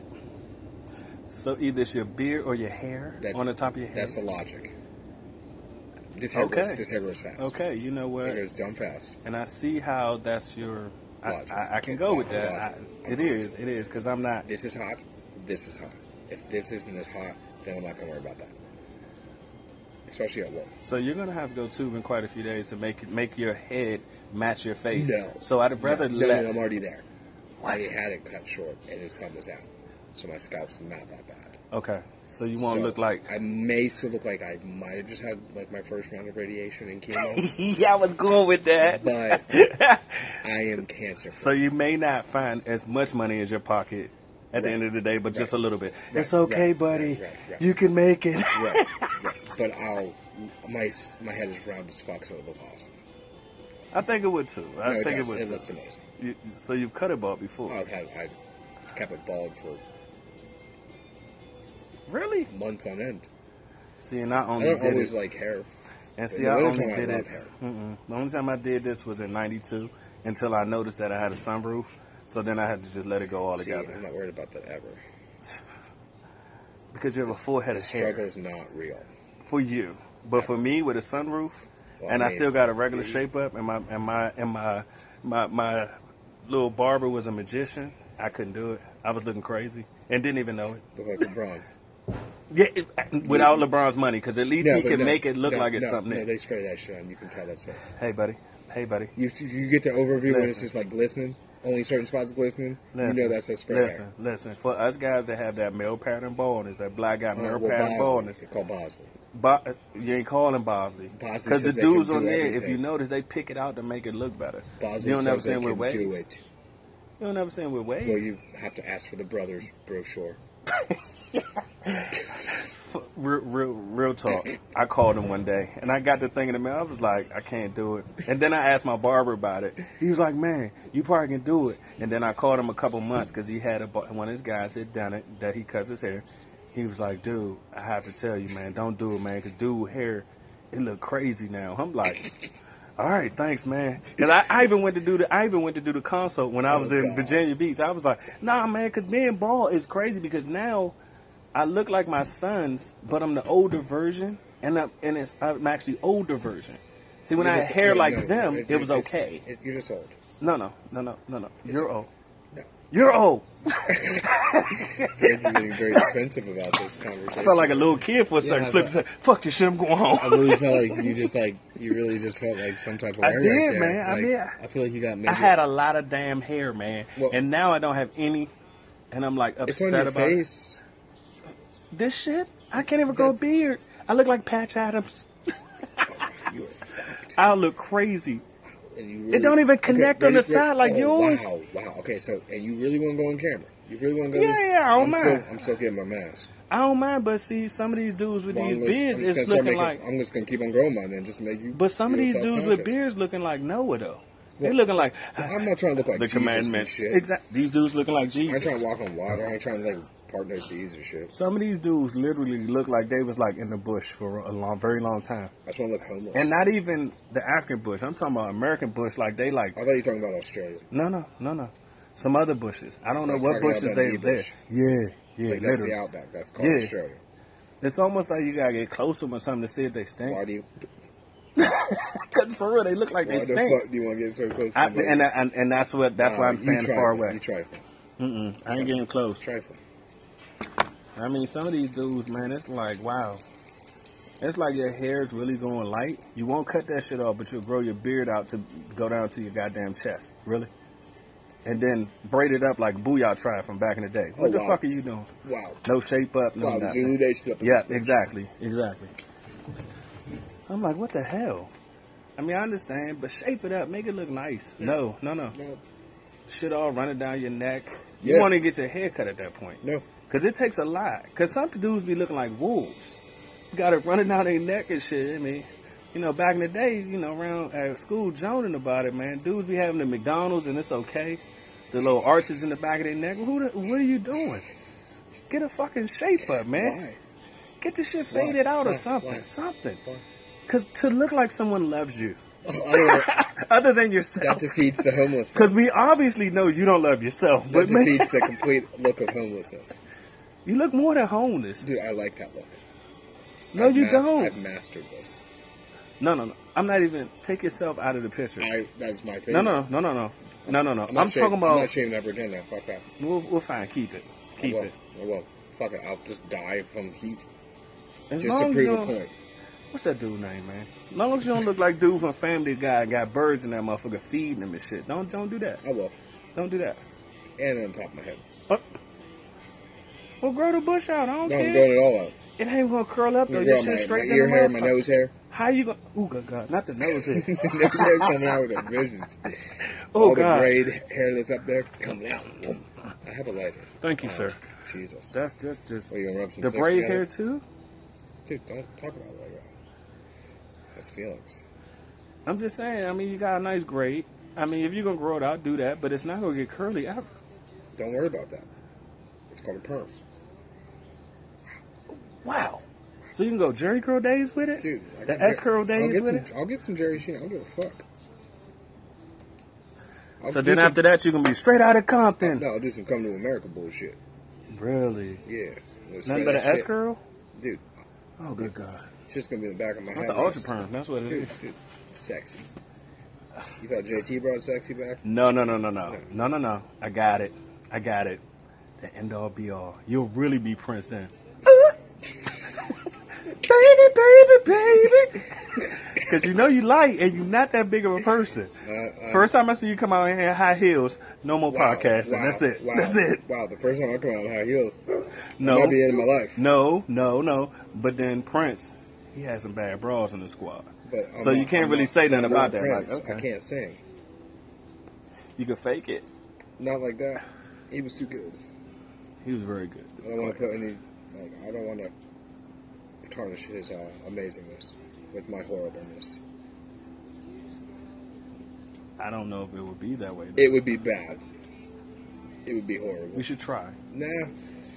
[SPEAKER 2] So either it's your beard or your hair
[SPEAKER 3] That's-
[SPEAKER 2] on the top of your head.
[SPEAKER 3] That's the logic. This hair grows.
[SPEAKER 2] Okay.
[SPEAKER 3] This hair grows fast.
[SPEAKER 2] okay, you know
[SPEAKER 3] It
[SPEAKER 2] what?
[SPEAKER 3] grows dumb fast.
[SPEAKER 2] and I see how that's your. I,
[SPEAKER 3] Logic.
[SPEAKER 2] I, I can
[SPEAKER 3] It's
[SPEAKER 2] go
[SPEAKER 3] not-
[SPEAKER 2] with
[SPEAKER 3] it's
[SPEAKER 2] that. I,
[SPEAKER 3] logic.
[SPEAKER 2] it is, it is, because I'm not.
[SPEAKER 3] This is hot. This is hot. If this isn't as hot, then I'm not gonna worry about that. Especially at work.
[SPEAKER 2] So you're gonna have to go tube in quite a few days to make make your head match your face.
[SPEAKER 3] No.
[SPEAKER 2] So I'd rather
[SPEAKER 3] no,
[SPEAKER 2] let.
[SPEAKER 3] no, I'm already there. I
[SPEAKER 2] What?
[SPEAKER 3] already had it cut short, and the sun was out, so my scalp's not that bad.
[SPEAKER 2] Okay. So you won't
[SPEAKER 3] So,
[SPEAKER 2] look like.
[SPEAKER 3] I may still look like I might have just had like my first round of radiation and chemo,
[SPEAKER 2] yeah, I was going with that.
[SPEAKER 3] but I am cancer.
[SPEAKER 2] So you may not find as much money as your pocket at the
[SPEAKER 3] Right.
[SPEAKER 2] end of the day, but just a
[SPEAKER 3] Right.
[SPEAKER 2] little bit.
[SPEAKER 3] Right.
[SPEAKER 2] It's okay,
[SPEAKER 3] Right.
[SPEAKER 2] buddy.
[SPEAKER 3] Right. Right. Right.
[SPEAKER 2] You can make it.
[SPEAKER 3] right, right. But I'll my my head is round as fuck, so it looks awesome.
[SPEAKER 2] I think it would too. I
[SPEAKER 3] No, it
[SPEAKER 2] think it,
[SPEAKER 3] does.
[SPEAKER 2] would.
[SPEAKER 3] It
[SPEAKER 2] too.
[SPEAKER 3] looks amazing.
[SPEAKER 2] You, so you've cut it bald before.
[SPEAKER 3] I've had I've kept it bald for
[SPEAKER 2] really?
[SPEAKER 3] months on end.
[SPEAKER 2] See, and I
[SPEAKER 3] I
[SPEAKER 2] only
[SPEAKER 3] don't
[SPEAKER 2] did
[SPEAKER 3] always
[SPEAKER 2] it.
[SPEAKER 3] like hair.
[SPEAKER 2] and see,
[SPEAKER 3] the
[SPEAKER 2] I only
[SPEAKER 3] wintertime, I
[SPEAKER 2] did
[SPEAKER 3] love
[SPEAKER 2] it.
[SPEAKER 3] hair.
[SPEAKER 2] Mm-mm. The only time I did this was in '92 until I noticed that I had a sunroof. So then I had to just let it go all
[SPEAKER 3] See,
[SPEAKER 2] together
[SPEAKER 3] I'm not worried about that ever.
[SPEAKER 2] because you have a full head
[SPEAKER 3] The
[SPEAKER 2] of hair.
[SPEAKER 3] struggle's not real.
[SPEAKER 2] for you, but for me with a sunroof,
[SPEAKER 3] Well,
[SPEAKER 2] and
[SPEAKER 3] I
[SPEAKER 2] I,
[SPEAKER 3] mean,
[SPEAKER 2] still got a regular
[SPEAKER 3] you-
[SPEAKER 2] shape up, and my and my and my my my little barber was a magician. I couldn't do it. I was looking crazy and didn't even know it.
[SPEAKER 3] Look like LeBron.
[SPEAKER 2] Yeah, it- uh, without LeBron's money, because at least
[SPEAKER 3] No,
[SPEAKER 2] he
[SPEAKER 3] but
[SPEAKER 2] can
[SPEAKER 3] no,
[SPEAKER 2] make it look
[SPEAKER 3] no,
[SPEAKER 2] like it's
[SPEAKER 3] no,
[SPEAKER 2] something.
[SPEAKER 3] No,
[SPEAKER 2] new.
[SPEAKER 3] they spray that shit on. You can tell that's right.
[SPEAKER 2] hey, buddy. Hey, buddy.
[SPEAKER 3] You you get the overview when it's
[SPEAKER 2] Listen.
[SPEAKER 3] just like glistening. Only certain spots glistening.
[SPEAKER 2] Listen,
[SPEAKER 3] You know that's a spray
[SPEAKER 2] Listen,
[SPEAKER 3] hair.
[SPEAKER 2] listen. For us guys that have that male pattern baldness, that black guy
[SPEAKER 3] Uh,
[SPEAKER 2] male
[SPEAKER 3] well,
[SPEAKER 2] pattern
[SPEAKER 3] Bosley.
[SPEAKER 2] baldness,
[SPEAKER 3] It's called Bosley.
[SPEAKER 2] Bo- uh, you ain't calling Bosley.
[SPEAKER 3] Bosley
[SPEAKER 2] Because the
[SPEAKER 3] says they can
[SPEAKER 2] dudes
[SPEAKER 3] do
[SPEAKER 2] on there, if
[SPEAKER 3] everything.
[SPEAKER 2] you notice, they pick it out to make it look better.
[SPEAKER 3] Bosley
[SPEAKER 2] you don't ever
[SPEAKER 3] says
[SPEAKER 2] see
[SPEAKER 3] they
[SPEAKER 2] it with
[SPEAKER 3] can
[SPEAKER 2] waves.
[SPEAKER 3] do it.
[SPEAKER 2] You don't ever see it with waves.
[SPEAKER 3] Well, you have to ask for the brothers brochure.
[SPEAKER 2] real, real, real talk. I called him one day, and I got the thing in the mail. I was like, I can't do it. And then I asked my barber about it. He was like, Man, you probably can do it. And then I called him a couple months because he had a bar- one of his guys had done it that he cuts his hair. He was like, Dude, I have to tell you, man, don't do it, man, because dude hair, it look crazy now. I'm like. All right, thanks, man. Cause I, I even went to do the I even went to do the consult when I
[SPEAKER 3] Oh,
[SPEAKER 2] was
[SPEAKER 3] God.
[SPEAKER 2] in Virginia Beach. I was like, Nah, man, because being bald is crazy because now I look like my sons, but I'm the older version, and I'm and it's I'm actually older version. See, when
[SPEAKER 3] You're
[SPEAKER 2] I had
[SPEAKER 3] just-
[SPEAKER 2] hair
[SPEAKER 3] no,
[SPEAKER 2] like
[SPEAKER 3] no,
[SPEAKER 2] them, it,
[SPEAKER 3] you're
[SPEAKER 2] was
[SPEAKER 3] just-
[SPEAKER 2] okay.
[SPEAKER 3] it- you're just old.
[SPEAKER 2] no, no, no, no, no, no. You're old.
[SPEAKER 3] No.
[SPEAKER 2] You're old.
[SPEAKER 3] Fans are getting very defensive about this conversation.
[SPEAKER 2] I felt like a little kid for a
[SPEAKER 3] I
[SPEAKER 2] second. Flip
[SPEAKER 3] felt-
[SPEAKER 2] it. Fuck your shit. I'm going
[SPEAKER 3] I
[SPEAKER 2] home.
[SPEAKER 3] really felt like you just like you really just felt like some type of.
[SPEAKER 2] I
[SPEAKER 3] hair
[SPEAKER 2] did,
[SPEAKER 3] right there.
[SPEAKER 2] man. I
[SPEAKER 3] Like,
[SPEAKER 2] mean,
[SPEAKER 3] I feel like you got. Maybe,
[SPEAKER 2] I had a lot of damn hair, man,
[SPEAKER 3] Well-
[SPEAKER 2] and now I don't have any, and I'm like
[SPEAKER 3] It's
[SPEAKER 2] upset
[SPEAKER 3] on your
[SPEAKER 2] about it.
[SPEAKER 3] face.
[SPEAKER 2] this shit. I can't even grow a
[SPEAKER 3] That's-
[SPEAKER 2] beard. I look like Patch Adams.
[SPEAKER 3] Oh, You are fucked.
[SPEAKER 2] I look crazy.
[SPEAKER 3] And you really,
[SPEAKER 2] don't even connect
[SPEAKER 3] ready
[SPEAKER 2] on the
[SPEAKER 3] for-
[SPEAKER 2] side like
[SPEAKER 3] oh,
[SPEAKER 2] yours.
[SPEAKER 3] Wow, wow. Okay, so and you really want to go on camera? You really want to go?
[SPEAKER 2] Yeah,
[SPEAKER 3] this,
[SPEAKER 2] yeah, I don't
[SPEAKER 3] I'm
[SPEAKER 2] mind.
[SPEAKER 3] Still, I'm still getting my mask.
[SPEAKER 2] I don't mind, but see, some of these dudes with
[SPEAKER 3] Well,
[SPEAKER 2] these
[SPEAKER 3] I'm, gonna, I'm
[SPEAKER 2] beards
[SPEAKER 3] just gonna
[SPEAKER 2] is
[SPEAKER 3] start
[SPEAKER 2] looking
[SPEAKER 3] making.
[SPEAKER 2] like.
[SPEAKER 3] I'm just gonna keep on growing mine then, just to make you.
[SPEAKER 2] But some of
[SPEAKER 3] feel
[SPEAKER 2] these dudes with
[SPEAKER 3] self-conscious.
[SPEAKER 2] beards looking like Noah though. They
[SPEAKER 3] Well,
[SPEAKER 2] looking like "Ah,
[SPEAKER 3] I'm not trying to look like
[SPEAKER 2] the
[SPEAKER 3] Jesus and
[SPEAKER 2] commandments.
[SPEAKER 3] shit.
[SPEAKER 2] Exactly. These dudes looking like
[SPEAKER 3] I ain't trying
[SPEAKER 2] Jesus.
[SPEAKER 3] to walk on water. I ain't trying to like part no seas or shit.
[SPEAKER 2] Some of these dudes literally look like they was like in the bush for a long, very long time,
[SPEAKER 3] I just want to look homeless.
[SPEAKER 2] and not even the African bush. I'm talking about American bush. Like they like
[SPEAKER 3] I thought you were talking about Australia.
[SPEAKER 2] no, no, no, no. Some other bushes. I don't know
[SPEAKER 3] Like
[SPEAKER 2] what
[SPEAKER 3] crocodile
[SPEAKER 2] bushes they
[SPEAKER 3] Dundee
[SPEAKER 2] there.
[SPEAKER 3] bush.
[SPEAKER 2] Yeah, yeah,
[SPEAKER 3] like that's
[SPEAKER 2] literally.
[SPEAKER 3] the outback. That's called
[SPEAKER 2] Yeah.
[SPEAKER 3] Australia.
[SPEAKER 2] It's almost like you gotta get close to them or something to see if they
[SPEAKER 3] Why
[SPEAKER 2] stink.
[SPEAKER 3] do you?
[SPEAKER 2] Because for real, they look like
[SPEAKER 3] Why
[SPEAKER 2] they
[SPEAKER 3] the
[SPEAKER 2] stink.
[SPEAKER 3] fuck do you want to get so close? To
[SPEAKER 2] I,
[SPEAKER 3] somebody
[SPEAKER 2] and, I,
[SPEAKER 3] else?
[SPEAKER 2] and and that's what that's why
[SPEAKER 3] Nah,
[SPEAKER 2] I'm
[SPEAKER 3] you
[SPEAKER 2] standing
[SPEAKER 3] trifling.
[SPEAKER 2] far
[SPEAKER 3] You
[SPEAKER 2] away.
[SPEAKER 3] trifling.
[SPEAKER 2] Mm-mm, I ain't getting close.
[SPEAKER 3] Trifling.
[SPEAKER 2] I mean, some of these dudes, man, it's like wow. It's like your hair is really going light. You won't cut that shit off, but you'll grow your beard out to go down to your goddamn chest. Really? and then braided up like Booyah tried from back in the day. What
[SPEAKER 3] Oh,
[SPEAKER 2] the
[SPEAKER 3] wow.
[SPEAKER 2] fuck are you doing?
[SPEAKER 3] Wow.
[SPEAKER 2] No shape up, no
[SPEAKER 3] Wow, the
[SPEAKER 2] nothing.
[SPEAKER 3] Zulu Nation up in
[SPEAKER 2] Yeah,
[SPEAKER 3] this bitch.
[SPEAKER 2] exactly, exactly. I'm like, what the hell? I mean, I understand, but shape it up, make it look nice. No, no, no.
[SPEAKER 3] No,
[SPEAKER 2] Shit all running down your neck. You
[SPEAKER 3] Yeah.
[SPEAKER 2] want to get your hair cut at that point.
[SPEAKER 3] no.
[SPEAKER 2] Because it takes a lot. Because some dudes be looking like wolves. Got it running down their neck and shit. I mean, you know, back in the day, you know, around at school, joning about it, man. Dudes be having the McDonald's and it's okay. The little arches in the back of their neck. Who the, what are you doing? Get a fucking shape up, man.
[SPEAKER 3] Why?
[SPEAKER 2] Get this shit
[SPEAKER 3] Why?
[SPEAKER 2] faded out or
[SPEAKER 3] Why?
[SPEAKER 2] something.
[SPEAKER 3] Why?
[SPEAKER 2] Something.
[SPEAKER 3] Why?
[SPEAKER 2] Because to look like someone loves you,
[SPEAKER 3] Oh, I don't know.
[SPEAKER 2] other than
[SPEAKER 3] That
[SPEAKER 2] yourself.
[SPEAKER 3] defeats the homelessness.
[SPEAKER 2] Because we obviously know you don't love yourself,
[SPEAKER 3] That
[SPEAKER 2] but man,
[SPEAKER 3] defeats the complete look of homelessness.
[SPEAKER 2] you look more than homeless.
[SPEAKER 3] Dude, I like that look.
[SPEAKER 2] No,
[SPEAKER 3] I've
[SPEAKER 2] you
[SPEAKER 3] mas-
[SPEAKER 2] don't.
[SPEAKER 3] I've mastered this.
[SPEAKER 2] No, no, no. I'm not even take yourself out of the picture.
[SPEAKER 3] I, that's my thing.
[SPEAKER 2] No, no, no, no, no, no, no, no.
[SPEAKER 3] I'm,
[SPEAKER 2] I'm,
[SPEAKER 3] not ashamed-
[SPEAKER 2] talking
[SPEAKER 3] I'm
[SPEAKER 2] about.
[SPEAKER 3] not ashamed of ever done that. Fuck that.
[SPEAKER 2] we'll, we'll find. Keep it. Keep
[SPEAKER 3] I will.
[SPEAKER 2] it.
[SPEAKER 3] I will. Fuck it. I'll just die from heat.
[SPEAKER 2] As
[SPEAKER 3] Just
[SPEAKER 2] long
[SPEAKER 3] to
[SPEAKER 2] as
[SPEAKER 3] prove
[SPEAKER 2] you
[SPEAKER 3] a
[SPEAKER 2] don't-
[SPEAKER 3] point.
[SPEAKER 2] What's that dude name, man? As long as you don't look like dude from Family Guy and got birds in that motherfucker feeding them and shit. Don't don't do that.
[SPEAKER 3] I will.
[SPEAKER 2] Don't do that.
[SPEAKER 3] And on top of my head.
[SPEAKER 2] Oh. Well, grow the bush out. I don't
[SPEAKER 3] No, I'm
[SPEAKER 2] care.
[SPEAKER 3] growing it all out.
[SPEAKER 2] It ain't gonna curl up
[SPEAKER 3] I'm
[SPEAKER 2] though.
[SPEAKER 3] gonna
[SPEAKER 2] Your
[SPEAKER 3] grow
[SPEAKER 2] shit
[SPEAKER 3] my, my
[SPEAKER 2] straight
[SPEAKER 3] ear hair, my
[SPEAKER 2] motherfucker.
[SPEAKER 3] nose hair.
[SPEAKER 2] How you gonna? Oh god, god, not the nose. hair.
[SPEAKER 3] Nose hair's coming out with the visions.
[SPEAKER 2] Oh
[SPEAKER 3] all
[SPEAKER 2] god.
[SPEAKER 3] the braid hair that's up there coming out. Boom. I have a lighter.
[SPEAKER 2] Thank you,
[SPEAKER 3] Oh,
[SPEAKER 2] sir.
[SPEAKER 3] Jesus.
[SPEAKER 2] That's just just
[SPEAKER 3] What, you gonna rub some
[SPEAKER 2] the
[SPEAKER 3] sticks
[SPEAKER 2] braid
[SPEAKER 3] together?
[SPEAKER 2] hair too.
[SPEAKER 3] Dude, don't talk about what I got. That's feelings.
[SPEAKER 2] I'm just saying. I mean, you got a nice grade. I mean, if you're gonna grow it out, do that. But it's not gonna get curly ever.
[SPEAKER 3] Don't worry about that. It's called a perm.
[SPEAKER 2] Wow. So you can go Jerry curl days with it.
[SPEAKER 3] Dude, I
[SPEAKER 2] the
[SPEAKER 3] Jer-
[SPEAKER 2] S curl
[SPEAKER 3] I'll
[SPEAKER 2] days
[SPEAKER 3] get
[SPEAKER 2] with
[SPEAKER 3] some,
[SPEAKER 2] it.
[SPEAKER 3] I'll get some Jerry Sheen. I don't give a fuck. I'll
[SPEAKER 2] So
[SPEAKER 3] do
[SPEAKER 2] then
[SPEAKER 3] some-
[SPEAKER 2] after that, you can be straight out of Compton.
[SPEAKER 3] No, I'll do some come to America bullshit.
[SPEAKER 2] Really?
[SPEAKER 3] Yeah. Let's spray
[SPEAKER 2] Nothing but an
[SPEAKER 3] that shit.
[SPEAKER 2] S curl.
[SPEAKER 3] Dude,
[SPEAKER 2] Oh good god.
[SPEAKER 3] it's just gonna be in the back of my
[SPEAKER 2] That's
[SPEAKER 3] head.
[SPEAKER 2] an ultra perm. That's what it is.
[SPEAKER 3] Dude, dude, sexy. You thought JT brought sexy back?
[SPEAKER 2] No, no, no, no, no, no, no, no. I got it. I got it. The end all be all. You'll really be Prince then. baby, baby, baby. Because you know you light and you're not that big of a person.
[SPEAKER 3] Uh, uh,
[SPEAKER 2] First time I see you come out here in high heels, no more
[SPEAKER 3] wow,
[SPEAKER 2] podcasting.
[SPEAKER 3] wow,
[SPEAKER 2] That's it.
[SPEAKER 3] Wow,
[SPEAKER 2] That's it.
[SPEAKER 3] Wow, the first time I come out in high heels.
[SPEAKER 2] No.
[SPEAKER 3] Might be the end of my life.
[SPEAKER 2] No, no, no. But then Prince, he had some bad bras in the squad.
[SPEAKER 3] But I'm
[SPEAKER 2] so you
[SPEAKER 3] not-
[SPEAKER 2] can't
[SPEAKER 3] I'm
[SPEAKER 2] really
[SPEAKER 3] not-
[SPEAKER 2] say nothing
[SPEAKER 3] I'm
[SPEAKER 2] about
[SPEAKER 3] not
[SPEAKER 2] that. Like,
[SPEAKER 3] Prince. I
[SPEAKER 2] okay.
[SPEAKER 3] can't sing.
[SPEAKER 2] You could fake it.
[SPEAKER 3] Not like that. He was too good.
[SPEAKER 2] He was very good.
[SPEAKER 3] I don't want to put any, like, I don't want to tarnish his uh, amazingness with my horribleness.
[SPEAKER 2] I don't know if it would be that way. Though.
[SPEAKER 3] It would be bad. It would be
[SPEAKER 2] we
[SPEAKER 3] horrible.
[SPEAKER 2] should try.
[SPEAKER 3] Nah,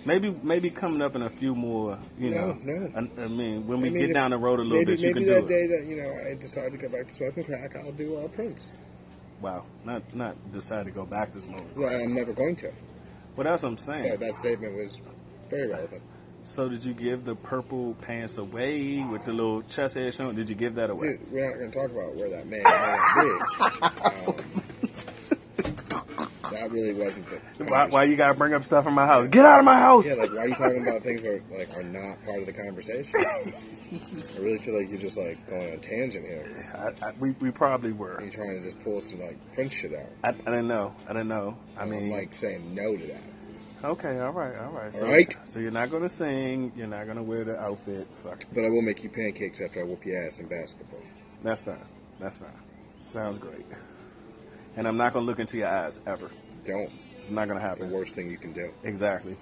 [SPEAKER 2] Maybe maybe coming up in a few more, you
[SPEAKER 3] No,
[SPEAKER 2] know.
[SPEAKER 3] no.
[SPEAKER 2] I, I mean, when we
[SPEAKER 3] I mean,
[SPEAKER 2] get
[SPEAKER 3] if-
[SPEAKER 2] down the road a little
[SPEAKER 3] maybe,
[SPEAKER 2] bit, you
[SPEAKER 3] maybe
[SPEAKER 2] can
[SPEAKER 3] that
[SPEAKER 2] do it.
[SPEAKER 3] day that you know I decide to go back to smoking crack, I'll do uh, Prince.
[SPEAKER 2] Wow, not not decide to go back to smoking.
[SPEAKER 3] Well, I'm never going to.
[SPEAKER 2] Well, that's what I'm
[SPEAKER 3] So
[SPEAKER 2] saying.
[SPEAKER 3] that statement was very relevant.
[SPEAKER 2] So did you give the purple pants away with the little chest hair showing? Did you give that away?
[SPEAKER 3] Dude, we're not going to talk about where that man might be. Um, that really wasn't the.
[SPEAKER 2] Why, why you gotta bring up stuff in my house? Get out of my house!
[SPEAKER 3] Yeah, like why are you talking about things that are like are not part of the conversation? I really feel like you're just like going on a tangent here.
[SPEAKER 2] I, I, we, we probably were.
[SPEAKER 3] You're trying to just pull some like print shit out.
[SPEAKER 2] I, I didn't know. I didn't know. I
[SPEAKER 3] And I'm,
[SPEAKER 2] mean,
[SPEAKER 3] like saying no to that.
[SPEAKER 2] okay, all right, all right. So,
[SPEAKER 3] Alright.
[SPEAKER 2] so you're not gonna sing. You're not gonna wear the outfit. Fuck.
[SPEAKER 3] But I will make you pancakes after I whoop your ass in basketball.
[SPEAKER 2] That's fine. That's fine. Sounds great. And I'm not gonna look into your eyes ever.
[SPEAKER 3] Don't.
[SPEAKER 2] It's not gonna
[SPEAKER 3] The
[SPEAKER 2] happen.
[SPEAKER 3] worst thing you can do.
[SPEAKER 2] Exactly.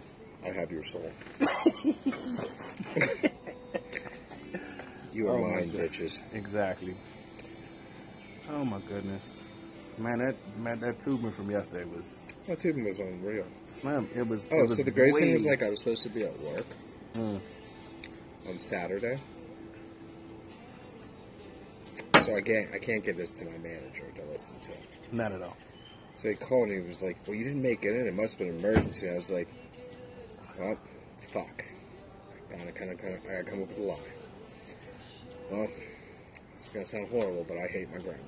[SPEAKER 3] I have your soul. you are
[SPEAKER 2] Oh, my
[SPEAKER 3] mine,
[SPEAKER 2] God.
[SPEAKER 3] bitches.
[SPEAKER 2] Exactly. Oh my goodness, man, that man, that tubing from yesterday was
[SPEAKER 3] That tubing was unreal.
[SPEAKER 2] slim. It was.
[SPEAKER 3] Oh,
[SPEAKER 2] it was
[SPEAKER 3] so the greatest thing was
[SPEAKER 2] way-
[SPEAKER 3] like I was supposed to be at work
[SPEAKER 2] Mm.
[SPEAKER 3] on Saturday. So I can't I can't give this to my manager to listen to.
[SPEAKER 2] not at all.
[SPEAKER 3] So he called and he was like, "Well, you didn't make it in. It must have been an emergency." And I was like, "Well, fuck." I gotta kind of kind of I gotta come up with a lie. Well, it's gonna sound horrible, but I hate my grandma.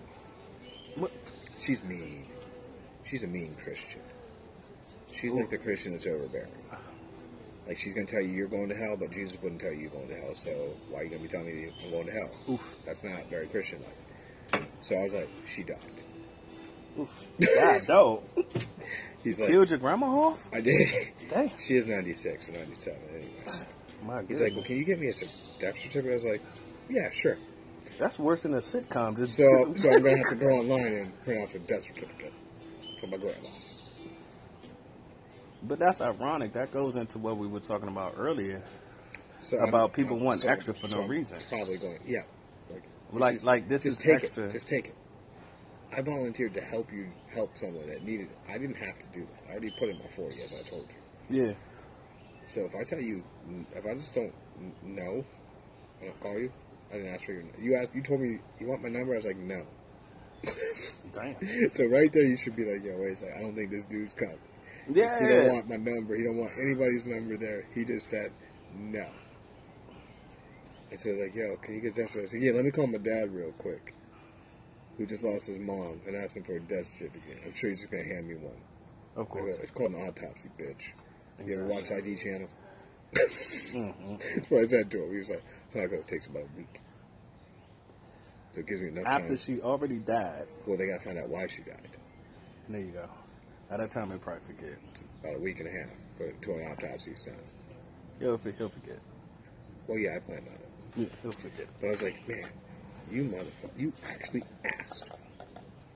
[SPEAKER 2] What?
[SPEAKER 3] She's mean. She's a mean Christian. She's like the Christian that's overbearing.
[SPEAKER 2] Uh-huh.
[SPEAKER 3] Like she's gonna tell you you're going to hell, but Jesus wouldn't tell you you're going to hell. So why are you gonna be telling me I'm going to hell?
[SPEAKER 2] Oof.
[SPEAKER 3] That's not very Christian like. So I was like, she died.
[SPEAKER 2] God, dope.
[SPEAKER 3] He's like,
[SPEAKER 2] Killed your grandma off?
[SPEAKER 3] I did.
[SPEAKER 2] Dang.
[SPEAKER 3] she is 96 or 97, anyways.
[SPEAKER 2] My
[SPEAKER 3] He's
[SPEAKER 2] goodness.
[SPEAKER 3] like, well, can you get me a cer- death certificate? I was like, yeah, sure.
[SPEAKER 2] That's worse than a sitcom. Just
[SPEAKER 3] So, so I'm gonna have to go online and print off a death certificate for my grandma.
[SPEAKER 2] But that's ironic. That goes into what we were talking about earlier.
[SPEAKER 3] So
[SPEAKER 2] About people wanting
[SPEAKER 3] I'm-
[SPEAKER 2] extra for
[SPEAKER 3] so
[SPEAKER 2] no
[SPEAKER 3] I'm
[SPEAKER 2] reason.
[SPEAKER 3] Probably going, yeah. Like,
[SPEAKER 2] Like- like, this
[SPEAKER 3] just
[SPEAKER 2] is
[SPEAKER 3] take
[SPEAKER 2] extra.
[SPEAKER 3] it. Just take it. I volunteered to help you help someone that needed it. I didn't have to do that. I already put in my forty, as I told you.
[SPEAKER 2] Yeah.
[SPEAKER 3] So if I tell you, if I just don't n- know, I don't call you. I didn't ask for your. You asked. You told me you want my number. I was like, no.
[SPEAKER 2] Damn.
[SPEAKER 3] so right there, you should be like, yo, wait a second. I don't think this dude's coming. He don't
[SPEAKER 2] Yeah.
[SPEAKER 3] want my number. He don't want anybody's number there. He just said no. And so like, yo, can you get a death certificate? I said, yeah, let me call my dad real quick, who just lost his mom, and ask him for a death certificate. I'm sure he's just gonna hand me one.
[SPEAKER 2] Of
[SPEAKER 3] I go,
[SPEAKER 2] course.
[SPEAKER 3] it's called an autopsy, bitch. You ever
[SPEAKER 2] Exactly.
[SPEAKER 3] watch ID
[SPEAKER 2] Mm-hmm.
[SPEAKER 3] Channel? That's what I said to him. He was like, "Oh, I go, it takes about a week." So it gives me enough
[SPEAKER 2] After
[SPEAKER 3] time.
[SPEAKER 2] she already died.
[SPEAKER 3] well, they gotta find out why she died.
[SPEAKER 2] There you go. At that time, they probably forget.
[SPEAKER 3] About a week and a half for to an autopsy is done.
[SPEAKER 2] He'll, for- he'll forget.
[SPEAKER 3] Well, yeah, I planned on it.
[SPEAKER 2] Yeah, he'll forget.
[SPEAKER 3] But I was like, man, you motherfucker, you actually asked.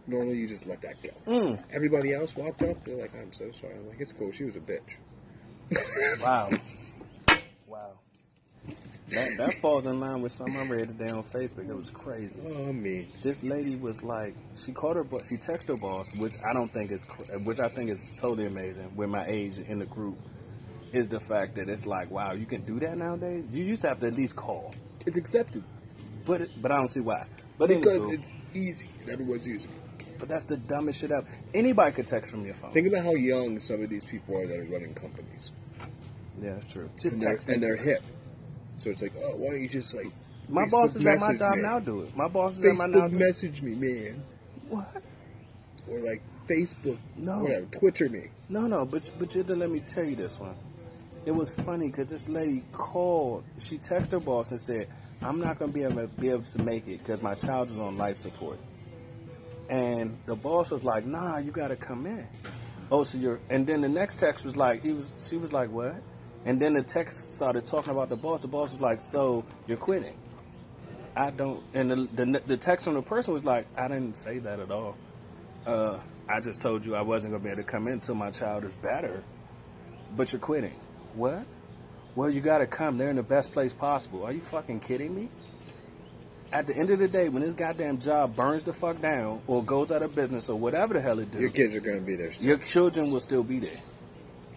[SPEAKER 3] Normally, you just let that go.
[SPEAKER 2] Hmm.
[SPEAKER 3] Everybody else walked up. They're like, I'm so sorry. I'm like, it's cool. She was a bitch.
[SPEAKER 2] Wow. wow. That, that falls in line with something I read today on Facebook. It was crazy.
[SPEAKER 3] Oh, I mean,
[SPEAKER 2] This lady was like, she called her, boss, she texted her boss, which I don't think is, cr- which I think is totally amazing. With my age in the group, is the fact that it's like, wow, you can do that nowadays. You used to have to at least call,
[SPEAKER 3] it's accepted
[SPEAKER 2] but it, but I don't see why. But
[SPEAKER 3] because
[SPEAKER 2] anywho,
[SPEAKER 3] it's easy and everyone's using it.
[SPEAKER 2] but that's the dumbest shit up. Anybody could text from your phone.
[SPEAKER 3] Think about how young some of these people are that are running companies,
[SPEAKER 2] yeah, that's true. Just
[SPEAKER 3] and they're,
[SPEAKER 2] text.
[SPEAKER 3] and uh, they're hip. So it's like, oh, why don't you just like
[SPEAKER 2] My
[SPEAKER 3] Facebook
[SPEAKER 2] boss is at my
[SPEAKER 3] message
[SPEAKER 2] job
[SPEAKER 3] me.
[SPEAKER 2] now. Do it. My boss is at my now.
[SPEAKER 3] Facebook
[SPEAKER 2] do-
[SPEAKER 3] message me, man,
[SPEAKER 2] What?
[SPEAKER 3] or like Facebook,
[SPEAKER 2] No.
[SPEAKER 3] whatever, Twitter me.
[SPEAKER 2] No, no, but but you didn't let me tell you this one. It was funny because this lady called. She texted her boss and said, "I'm not gonna be able to, be able to make it because my child is on life support." And the boss was like, "Nah, you gotta come in." Oh, so you're. And then the next text was like, he was. She was like, "What?" And then the text started talking about the boss. The boss was like, "So you're quitting?" I don't. And the the, the text from the person was like, "I didn't say that at all." uh, I just told you I wasn't gonna be able to come in until my child is better, but you're quitting. What? Well, you gotta come. They're in the best place possible. Are you fucking kidding me? At the end of the day, when this goddamn job burns the fuck down or goes out of business or whatever the hell it
[SPEAKER 3] Your
[SPEAKER 2] do,
[SPEAKER 3] kids are gonna be there. Still.
[SPEAKER 2] your children will still be there.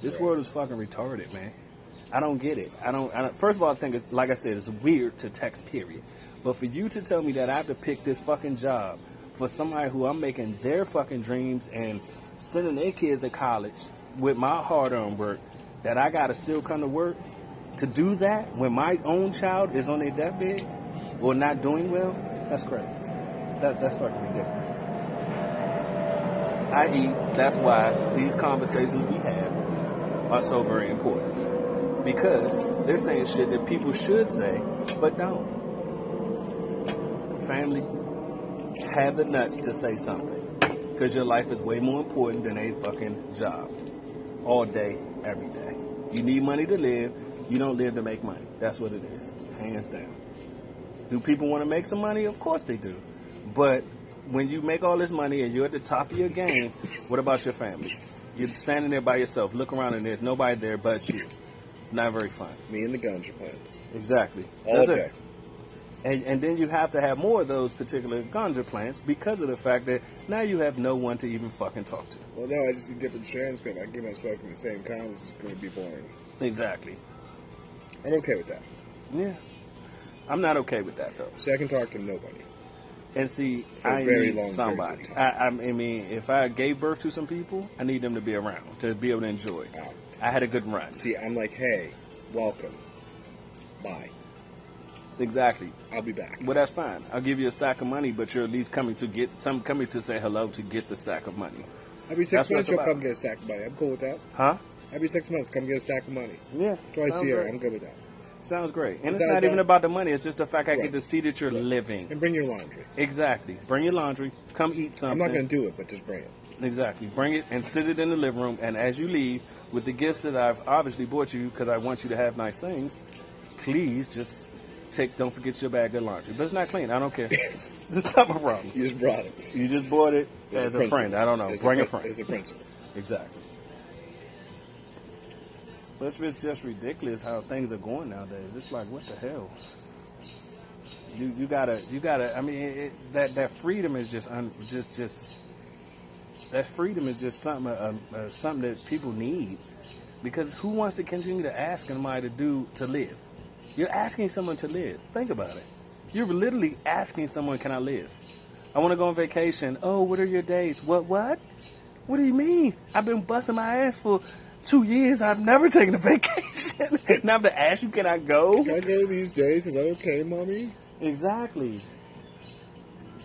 [SPEAKER 2] This world is fucking retarded, man. I don't get it. I don't, I don't. First of all, I think it's like I said, it's weird to text. Period. But for you to tell me that I have to pick this fucking job for somebody who I'm making their fucking dreams and sending their kids to college with my hard-earned work, that I gotta still come to work to do that when my own child is on their deathbed or not doing well, that's crazy. That, that's fucking ridiculous. I.e., E. that's why these conversations we have are so very important. Because they're saying shit that people should say, but don't. Family, have the nuts to say something. Because your life is way more important than a fucking job. All day, every day. You need money to live, you don't live to make money. That's what it is, hands down. Do people want to make some money? Of course they do. But when you make all this money and you're at the top of your game, what about your family? You're standing there by yourself, look around and there's nobody there but you. Not very fun.
[SPEAKER 3] Me and the guns are plans
[SPEAKER 2] Exactly.
[SPEAKER 3] all
[SPEAKER 2] That's it.
[SPEAKER 3] day.
[SPEAKER 2] And, and then you have to have more of those particular ganja plants because of the fact that now you have no one to even fucking talk to.
[SPEAKER 3] Well, no, I just see different transcript. I keep on smoking the same comments. It's going to be boring.
[SPEAKER 2] Exactly.
[SPEAKER 3] I'm okay with that.
[SPEAKER 2] Yeah. I'm not okay with that though.
[SPEAKER 3] See, I can talk to nobody.
[SPEAKER 2] And see,
[SPEAKER 3] For
[SPEAKER 2] I
[SPEAKER 3] very
[SPEAKER 2] need
[SPEAKER 3] long
[SPEAKER 2] somebody.
[SPEAKER 3] periods of
[SPEAKER 2] I, I mean, if I gave birth to some people, I need them to be around to be able to enjoy.
[SPEAKER 3] Wow.
[SPEAKER 2] I had a good run.
[SPEAKER 3] See, I'm like, hey, welcome. Bye.
[SPEAKER 2] Exactly.
[SPEAKER 3] I'll be back.
[SPEAKER 2] Well, that's fine. I'll give you a stack of money, but you're at least coming to get some coming to say hello to get the stack of money,
[SPEAKER 3] Every six
[SPEAKER 2] that's what
[SPEAKER 3] months,
[SPEAKER 2] it's
[SPEAKER 3] you'll
[SPEAKER 2] about.
[SPEAKER 3] come get a stack of money. I'm cool with that.
[SPEAKER 2] huh?
[SPEAKER 3] Every six months, come get a stack of money.
[SPEAKER 2] Yeah.
[SPEAKER 3] Twice
[SPEAKER 2] sounds
[SPEAKER 3] a year,
[SPEAKER 2] great.
[SPEAKER 3] I'm good with that.
[SPEAKER 2] Sounds great. And it's
[SPEAKER 3] Sounds
[SPEAKER 2] not even
[SPEAKER 3] like-
[SPEAKER 2] about the money. It's just the fact I
[SPEAKER 3] Right.
[SPEAKER 2] get to see that you're living.
[SPEAKER 3] And bring your laundry.
[SPEAKER 2] Exactly. Bring your laundry. Come eat something.
[SPEAKER 3] I'm not going to do it, but just bring it.
[SPEAKER 2] Exactly. Bring it and sit it in the living room. And as you leave, with the gifts that I've obviously bought you because I want you to have nice things, please just take. Don't forget your bag of laundry. But it's not clean. I don't care. it's not my problem.
[SPEAKER 3] You just brought it.
[SPEAKER 2] You just bought it
[SPEAKER 3] It's
[SPEAKER 2] as a,
[SPEAKER 3] principle.
[SPEAKER 2] friend. I don't know.
[SPEAKER 3] It's
[SPEAKER 2] Bring a,
[SPEAKER 3] prin-
[SPEAKER 2] friend.
[SPEAKER 3] It's a principle.
[SPEAKER 2] Exactly. But it's- it's just ridiculous how things are going nowadays. It's like, what the hell? You you gotta you gotta. I mean, it, it, that that freedom is just un, just just that freedom is just something uh, uh, something that people need because who wants to continue to ask somebody to do to live? You're asking someone to live. Think about it. You're literally asking someone, "Can I live? I want to go on vacation. Oh, what are your dates? What what? What do you mean? I've been busting my ass for two years. I've never taken a vacation. now I have to ask you, can I go?
[SPEAKER 3] Can I go these days? Is that okay, mommy?
[SPEAKER 2] Exactly.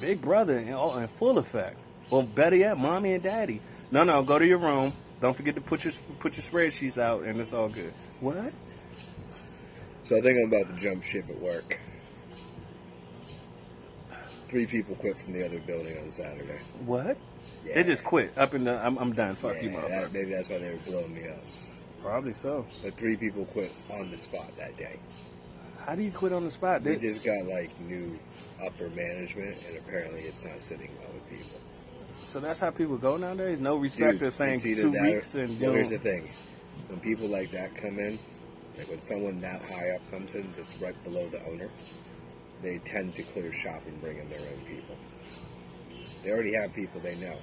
[SPEAKER 2] Big brother in, oh, in full effect. Well, better yet, mommy and daddy. No, no, go to your room. Don't forget to put your put your spreadsheets out, and it's all good. What?
[SPEAKER 3] So I think I'm about to jump ship at work. Three people quit from the other building on Saturday.
[SPEAKER 2] What?
[SPEAKER 3] Yeah.
[SPEAKER 2] They just quit. Up in the, I'm, I'm done. Fuck you,
[SPEAKER 3] Yeah,
[SPEAKER 2] motherfucker.
[SPEAKER 3] that, maybe that's why they were blowing me up.
[SPEAKER 2] Probably so.
[SPEAKER 3] But three people quit on the spot that day.
[SPEAKER 2] How do you quit on the spot?
[SPEAKER 3] We
[SPEAKER 2] They,
[SPEAKER 3] just got like new upper management, and apparently it's not sitting well with people.
[SPEAKER 2] so that's how people go nowadays. No respect of saying
[SPEAKER 3] it's either
[SPEAKER 2] two
[SPEAKER 3] that
[SPEAKER 2] weeks
[SPEAKER 3] or,
[SPEAKER 2] and you
[SPEAKER 3] well, here's
[SPEAKER 2] know-
[SPEAKER 3] the thing: when people like that come in, like when someone that high up comes in, just right below the owner, they tend to clear shop and bring in their own people. They already have people they know.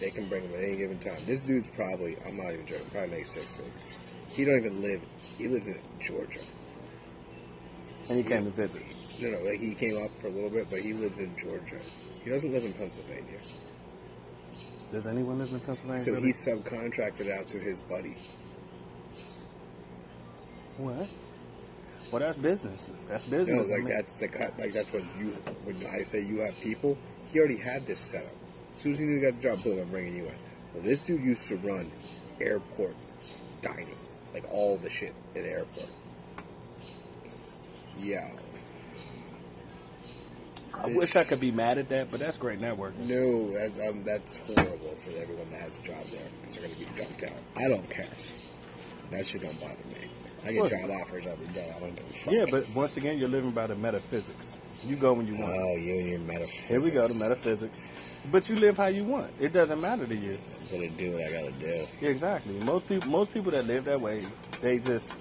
[SPEAKER 3] They can bring them at any given time. This dude's probably, I'm not even joking, probably makes six figures. He don't even live, he lives in Georgia.
[SPEAKER 2] and he came to visit.
[SPEAKER 3] No, no, like he came up for a little bit, but he lives in Georgia. He doesn't live in Pennsylvania.
[SPEAKER 2] Does anyone live in Pennsylvania?
[SPEAKER 3] So
[SPEAKER 2] really?
[SPEAKER 3] he subcontracted out to his buddy.
[SPEAKER 2] what? Well, that's business. That's business.
[SPEAKER 3] No, like
[SPEAKER 2] I mean,
[SPEAKER 3] that's the cut. Like that's what you. When I say you have people, he already had this set up. As soon as he knew he got the job, boom, I'm bringing you in. Well, this dude used to run airport dining, like all the shit at the airport. Yeah.
[SPEAKER 2] I wish I could be mad at that, but that's great networking.
[SPEAKER 3] No, that's, um, that's horrible for everyone that has a job there. Because they're going to be dumped out. I don't care. That shit don't bother me. I get
[SPEAKER 2] Well-
[SPEAKER 3] job offers every day. I don't give a fuck.
[SPEAKER 2] Yeah, but once again, you're living by the metaphysics. You go when you want.
[SPEAKER 3] Oh, you and your metaphysics.
[SPEAKER 2] Here we go to metaphysics. But you live how you want. It doesn't matter to you.
[SPEAKER 3] I'm going to do what I got to do.
[SPEAKER 2] Yeah, exactly. Most people, most people that live that way, they just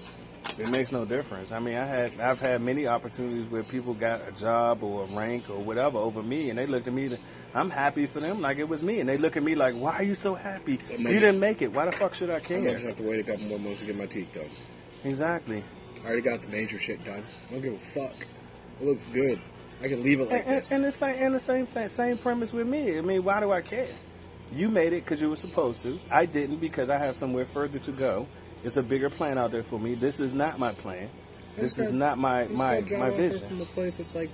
[SPEAKER 2] it makes no difference. I mean, I had I've had many opportunities where people got a job or a rank or whatever over me, and they looked at me. to- I'm happy for them, like it was me, and they look at me like, "Why are you so happy?
[SPEAKER 3] It
[SPEAKER 2] You
[SPEAKER 3] makes-
[SPEAKER 2] didn't make it. Why the fuck should
[SPEAKER 3] I
[SPEAKER 2] I
[SPEAKER 3] might
[SPEAKER 2] care?"
[SPEAKER 3] just have to wait a couple more months to get my teeth done.
[SPEAKER 2] Exactly.
[SPEAKER 3] I already got the major shit done. I don't give a fuck. It looks good. I can leave it like
[SPEAKER 2] and, and,
[SPEAKER 3] this.
[SPEAKER 2] and the same and the same thing, same premise with me. I mean, why do I care? You made it because you were supposed to. I didn't because I have somewhere further to go. It's a bigger plan out there for me. This is not my plan. This
[SPEAKER 3] Just
[SPEAKER 2] is
[SPEAKER 3] got-
[SPEAKER 2] not my
[SPEAKER 3] just
[SPEAKER 2] my
[SPEAKER 3] got a job
[SPEAKER 2] my
[SPEAKER 3] offer
[SPEAKER 2] vision.
[SPEAKER 3] From a place that's like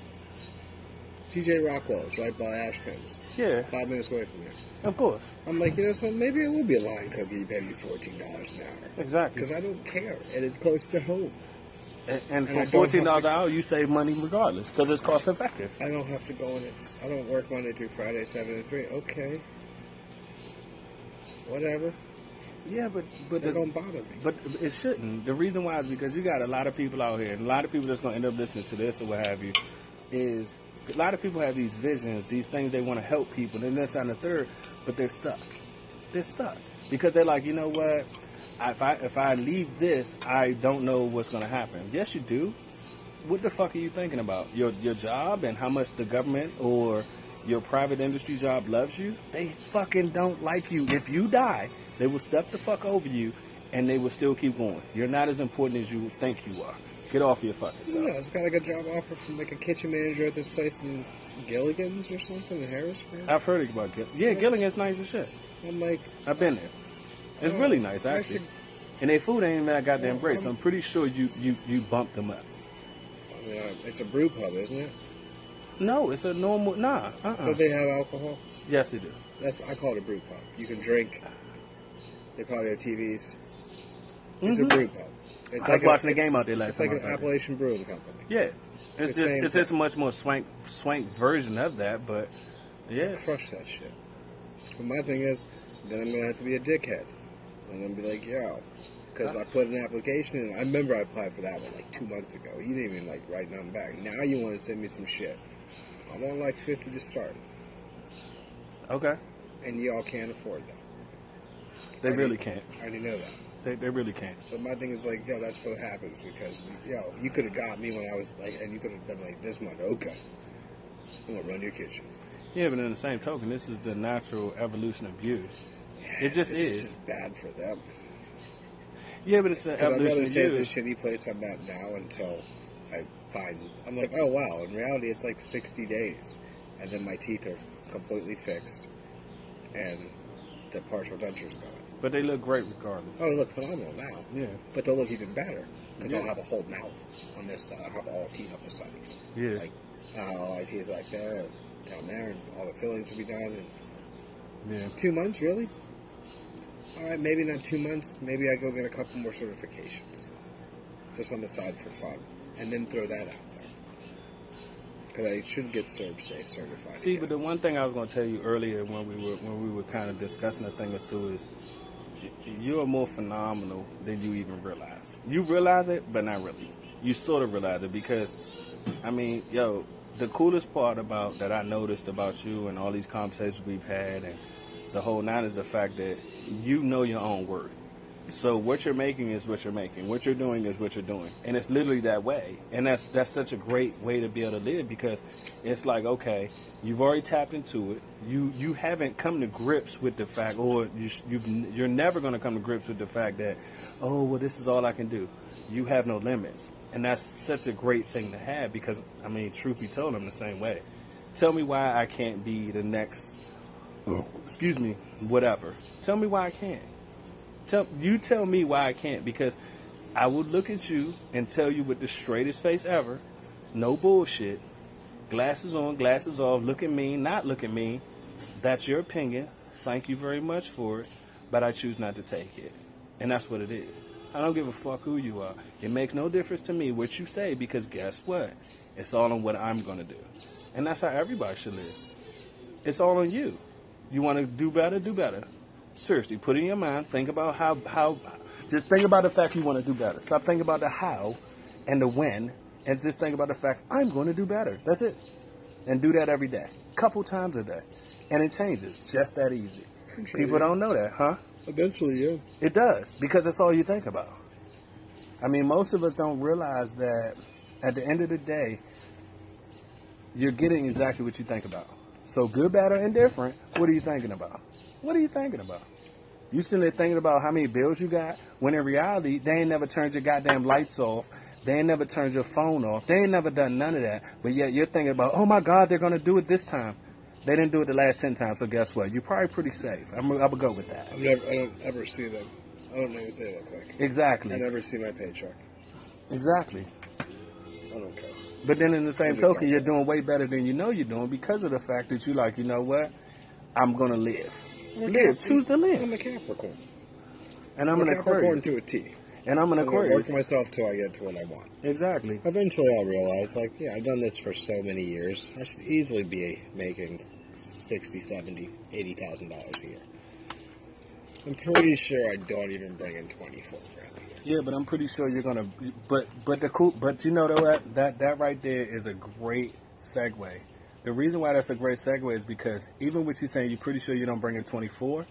[SPEAKER 3] TJ Rockwell's right by Ashton's,
[SPEAKER 2] Yeah,
[SPEAKER 3] five minutes away from here.
[SPEAKER 2] of course,
[SPEAKER 3] I'm like, you know something? Maybe it will be a line cookie. You pay me fourteen dollars an hour
[SPEAKER 2] exactly.
[SPEAKER 3] because I don't care, and it's close to home.
[SPEAKER 2] And, and
[SPEAKER 3] I
[SPEAKER 2] for
[SPEAKER 3] don't
[SPEAKER 2] fourteen dollars
[SPEAKER 3] have
[SPEAKER 2] an hour, you save money regardless because it's cost effective.
[SPEAKER 3] I don't have to go and it's. I don't work Monday through Friday, seven to three. Okay. Whatever.
[SPEAKER 2] Yeah, but but
[SPEAKER 3] It
[SPEAKER 2] the,
[SPEAKER 3] don't bother me.
[SPEAKER 2] but it shouldn't. The reason why is because you got a lot of people out here, and a lot of people that's gonna end up listening to this or what have you, is a lot of people have these visions, these things they want to help people, and that's on the third, but they're stuck. They're stuck because they're like, you know what? I- If I if I leave this, I don't know what's gonna happen. Yes, you do. What the fuck are you thinking about? Your your job and how much the government or your private industry job loves you? They fucking don't like you. If you die, they will step the fuck over you, and they will still keep going. You're not as important as you think you are. Get off your fucking
[SPEAKER 3] No,
[SPEAKER 2] self.
[SPEAKER 3] it's got like a job offer from like a kitchen manager at this place in Gilligan's or something in Harrisburg.
[SPEAKER 2] I've heard about Gill. Yeah, Gilligan's nice as shit.
[SPEAKER 3] I'm like,
[SPEAKER 2] I've been there. It's
[SPEAKER 3] Oh,
[SPEAKER 2] really nice,
[SPEAKER 3] I
[SPEAKER 2] actually.
[SPEAKER 3] should-
[SPEAKER 2] And their food ain't even that goddamn
[SPEAKER 3] Oh,
[SPEAKER 2] great, so
[SPEAKER 3] I'm-
[SPEAKER 2] I'm pretty sure you you you bumped them up.
[SPEAKER 3] I mean, uh, it's a brew pub, isn't it?
[SPEAKER 2] No, it's a normal. Nah, uh uh
[SPEAKER 3] Don't they have alcohol?
[SPEAKER 2] Yes, they do.
[SPEAKER 3] That's I call it a brew pub. You can drink. They probably have TVs. It's a brew pub. It's
[SPEAKER 2] Mm-hmm. I was watching the
[SPEAKER 3] it's-
[SPEAKER 2] game out there last
[SPEAKER 3] It's like
[SPEAKER 2] time
[SPEAKER 3] an
[SPEAKER 2] I was out there.
[SPEAKER 3] Appalachian Brewing Company.
[SPEAKER 2] Yeah,
[SPEAKER 3] It's
[SPEAKER 2] it's
[SPEAKER 3] the
[SPEAKER 2] just
[SPEAKER 3] same
[SPEAKER 2] it's just a much more swank swank version of that, but yeah,
[SPEAKER 3] Crush that shit. But my thing is, then I'm gonna have to be a dickhead. I'm gonna be like, yo, because I put an application in. I remember I applied for that one like two months ago. You didn't even like write nothing back. Now you want to send me some shit. I'm on like 50 to start,
[SPEAKER 2] okay,
[SPEAKER 3] and y'all can't afford that.
[SPEAKER 2] they really can't,
[SPEAKER 3] I already know that.
[SPEAKER 2] they they really can't.
[SPEAKER 3] But my thing is like, yo, that's what happens because yo, you could have got me when I was like, and you could have been like this month. Okay, I'm gonna run your kitchen.
[SPEAKER 2] Yeah, but in the same token, this is the natural evolution of youth. It just
[SPEAKER 3] This
[SPEAKER 2] is.
[SPEAKER 3] is just bad for them.
[SPEAKER 2] yeah, but it's an
[SPEAKER 3] Because I'd
[SPEAKER 2] evolution
[SPEAKER 3] rather
[SPEAKER 2] of
[SPEAKER 3] stay at
[SPEAKER 2] youth.
[SPEAKER 3] this shitty place I'm at now until I find. I'm like, oh wow. In reality, it's like 60 days, and then my teeth are completely fixed, and the partial denture's gone.
[SPEAKER 2] But they look great regardless.
[SPEAKER 3] Oh, they look phenomenal now.
[SPEAKER 2] Yeah,
[SPEAKER 3] But they'll look even better because I'll
[SPEAKER 2] Yeah.
[SPEAKER 3] have a whole mouth on this side. I'll have all teeth on this side.
[SPEAKER 2] Yeah.
[SPEAKER 3] Like, I'll have teeth back there, and down there, and all the fillings will be done. And
[SPEAKER 2] yeah.
[SPEAKER 3] two months, really? All right, maybe not two months. Maybe I go get a couple more certifications, just on the side for fun, and then throw that out there. Because I should get Serb Safe certified.
[SPEAKER 2] See,
[SPEAKER 3] again.
[SPEAKER 2] but the one thing I was going to tell you earlier when we were when we were kind of discussing a thing or two is y- you're more phenomenal than you even realize. You realize it, but not really. You sort of realize it because, I mean, yo, the coolest part about that I noticed about you and all these conversations we've had and the whole nine is the fact that you know your own worth. So what you're making is what you're making. What you're doing is what you're doing, and it's literally that way. And that's that's such a great way to be able to live because it's like okay, you've already tapped into it. You you haven't come to grips with the fact, or you sh- you've n- you're never going to come to grips with the fact that oh well this is all I can do. You have no limits, and that's such a great thing to have because I mean, truth be told, I'm the same way. Tell me why I can't be the next excuse me, whatever. Tell me why I can't. Tell you tell me why I can't because I will look at you and tell you with the straightest face ever, no bullshit, glasses on, glasses off, look at me, not look at me. That's your opinion. Thank you very much for it, but I choose not to take it, and that's what it is. I don't give a fuck who you are. It makes no difference to me what you say because guess what? It's all on what I'm gonna do, and that's how everybody should live. It's all on you. You want to do better, do better. Seriously, put it in your mind. Think about how how. Just think about the fact you want to do better. Stop thinking about the how, and the when, and just think about the fact I'm going to do better. That's it, and do that every day, couple times a day, and it changes. Just that easy.
[SPEAKER 3] Appreciate
[SPEAKER 2] People
[SPEAKER 3] it.
[SPEAKER 2] don't know that, huh?
[SPEAKER 3] eventually, yeah.
[SPEAKER 2] It does because that's all you think about. I mean, most of us don't realize that at the end of the day, you're getting exactly what you think about. So, good, bad, or indifferent, what are you thinking about? What are you thinking about? You sitting there thinking about how many bills you got when in reality, they ain't never turned your goddamn lights off. They ain't never turned your phone off. They ain't never done none of that. But yet you're thinking about, oh my God, they're going to do it this time. They didn't do it the last 10 times, so guess what? You're probably pretty safe. I'm, I'm going to go with that.
[SPEAKER 3] I've never, I don't ever see them. I don't know what they look like.
[SPEAKER 2] Exactly.
[SPEAKER 3] I never see my paycheck.
[SPEAKER 2] Exactly.
[SPEAKER 3] I don't care.
[SPEAKER 2] But then in the
[SPEAKER 3] I
[SPEAKER 2] same
[SPEAKER 3] just
[SPEAKER 2] token,
[SPEAKER 3] don't.
[SPEAKER 2] you're doing way better than you know you're doing because of the fact that you like, you know what? I'm gonna live.
[SPEAKER 3] I'm a
[SPEAKER 2] Live.
[SPEAKER 3] Cap-
[SPEAKER 2] Choose to
[SPEAKER 3] I'm
[SPEAKER 2] live.
[SPEAKER 3] a Capricorn.
[SPEAKER 2] And I'm an
[SPEAKER 3] a Capricorn
[SPEAKER 2] Aquarius.
[SPEAKER 3] to a T.
[SPEAKER 2] And I'm an
[SPEAKER 3] I'm gonna work
[SPEAKER 2] Aquarius.
[SPEAKER 3] myself till I get to what I want.
[SPEAKER 2] Exactly.
[SPEAKER 3] Eventually, I'll realize, like, yeah, I've done this for so many years. I should easily be making sixty, seventy, eighty thousand dollars a year. I'm pretty sure I don't even bring in twenty-four grand. a year.
[SPEAKER 2] Yeah, but I'm pretty sure you're gonna. But but the cool. But you know that that that right there is a great segue. The reason why that's a great segue is because even with you saying you're pretty sure you don't bring in 24,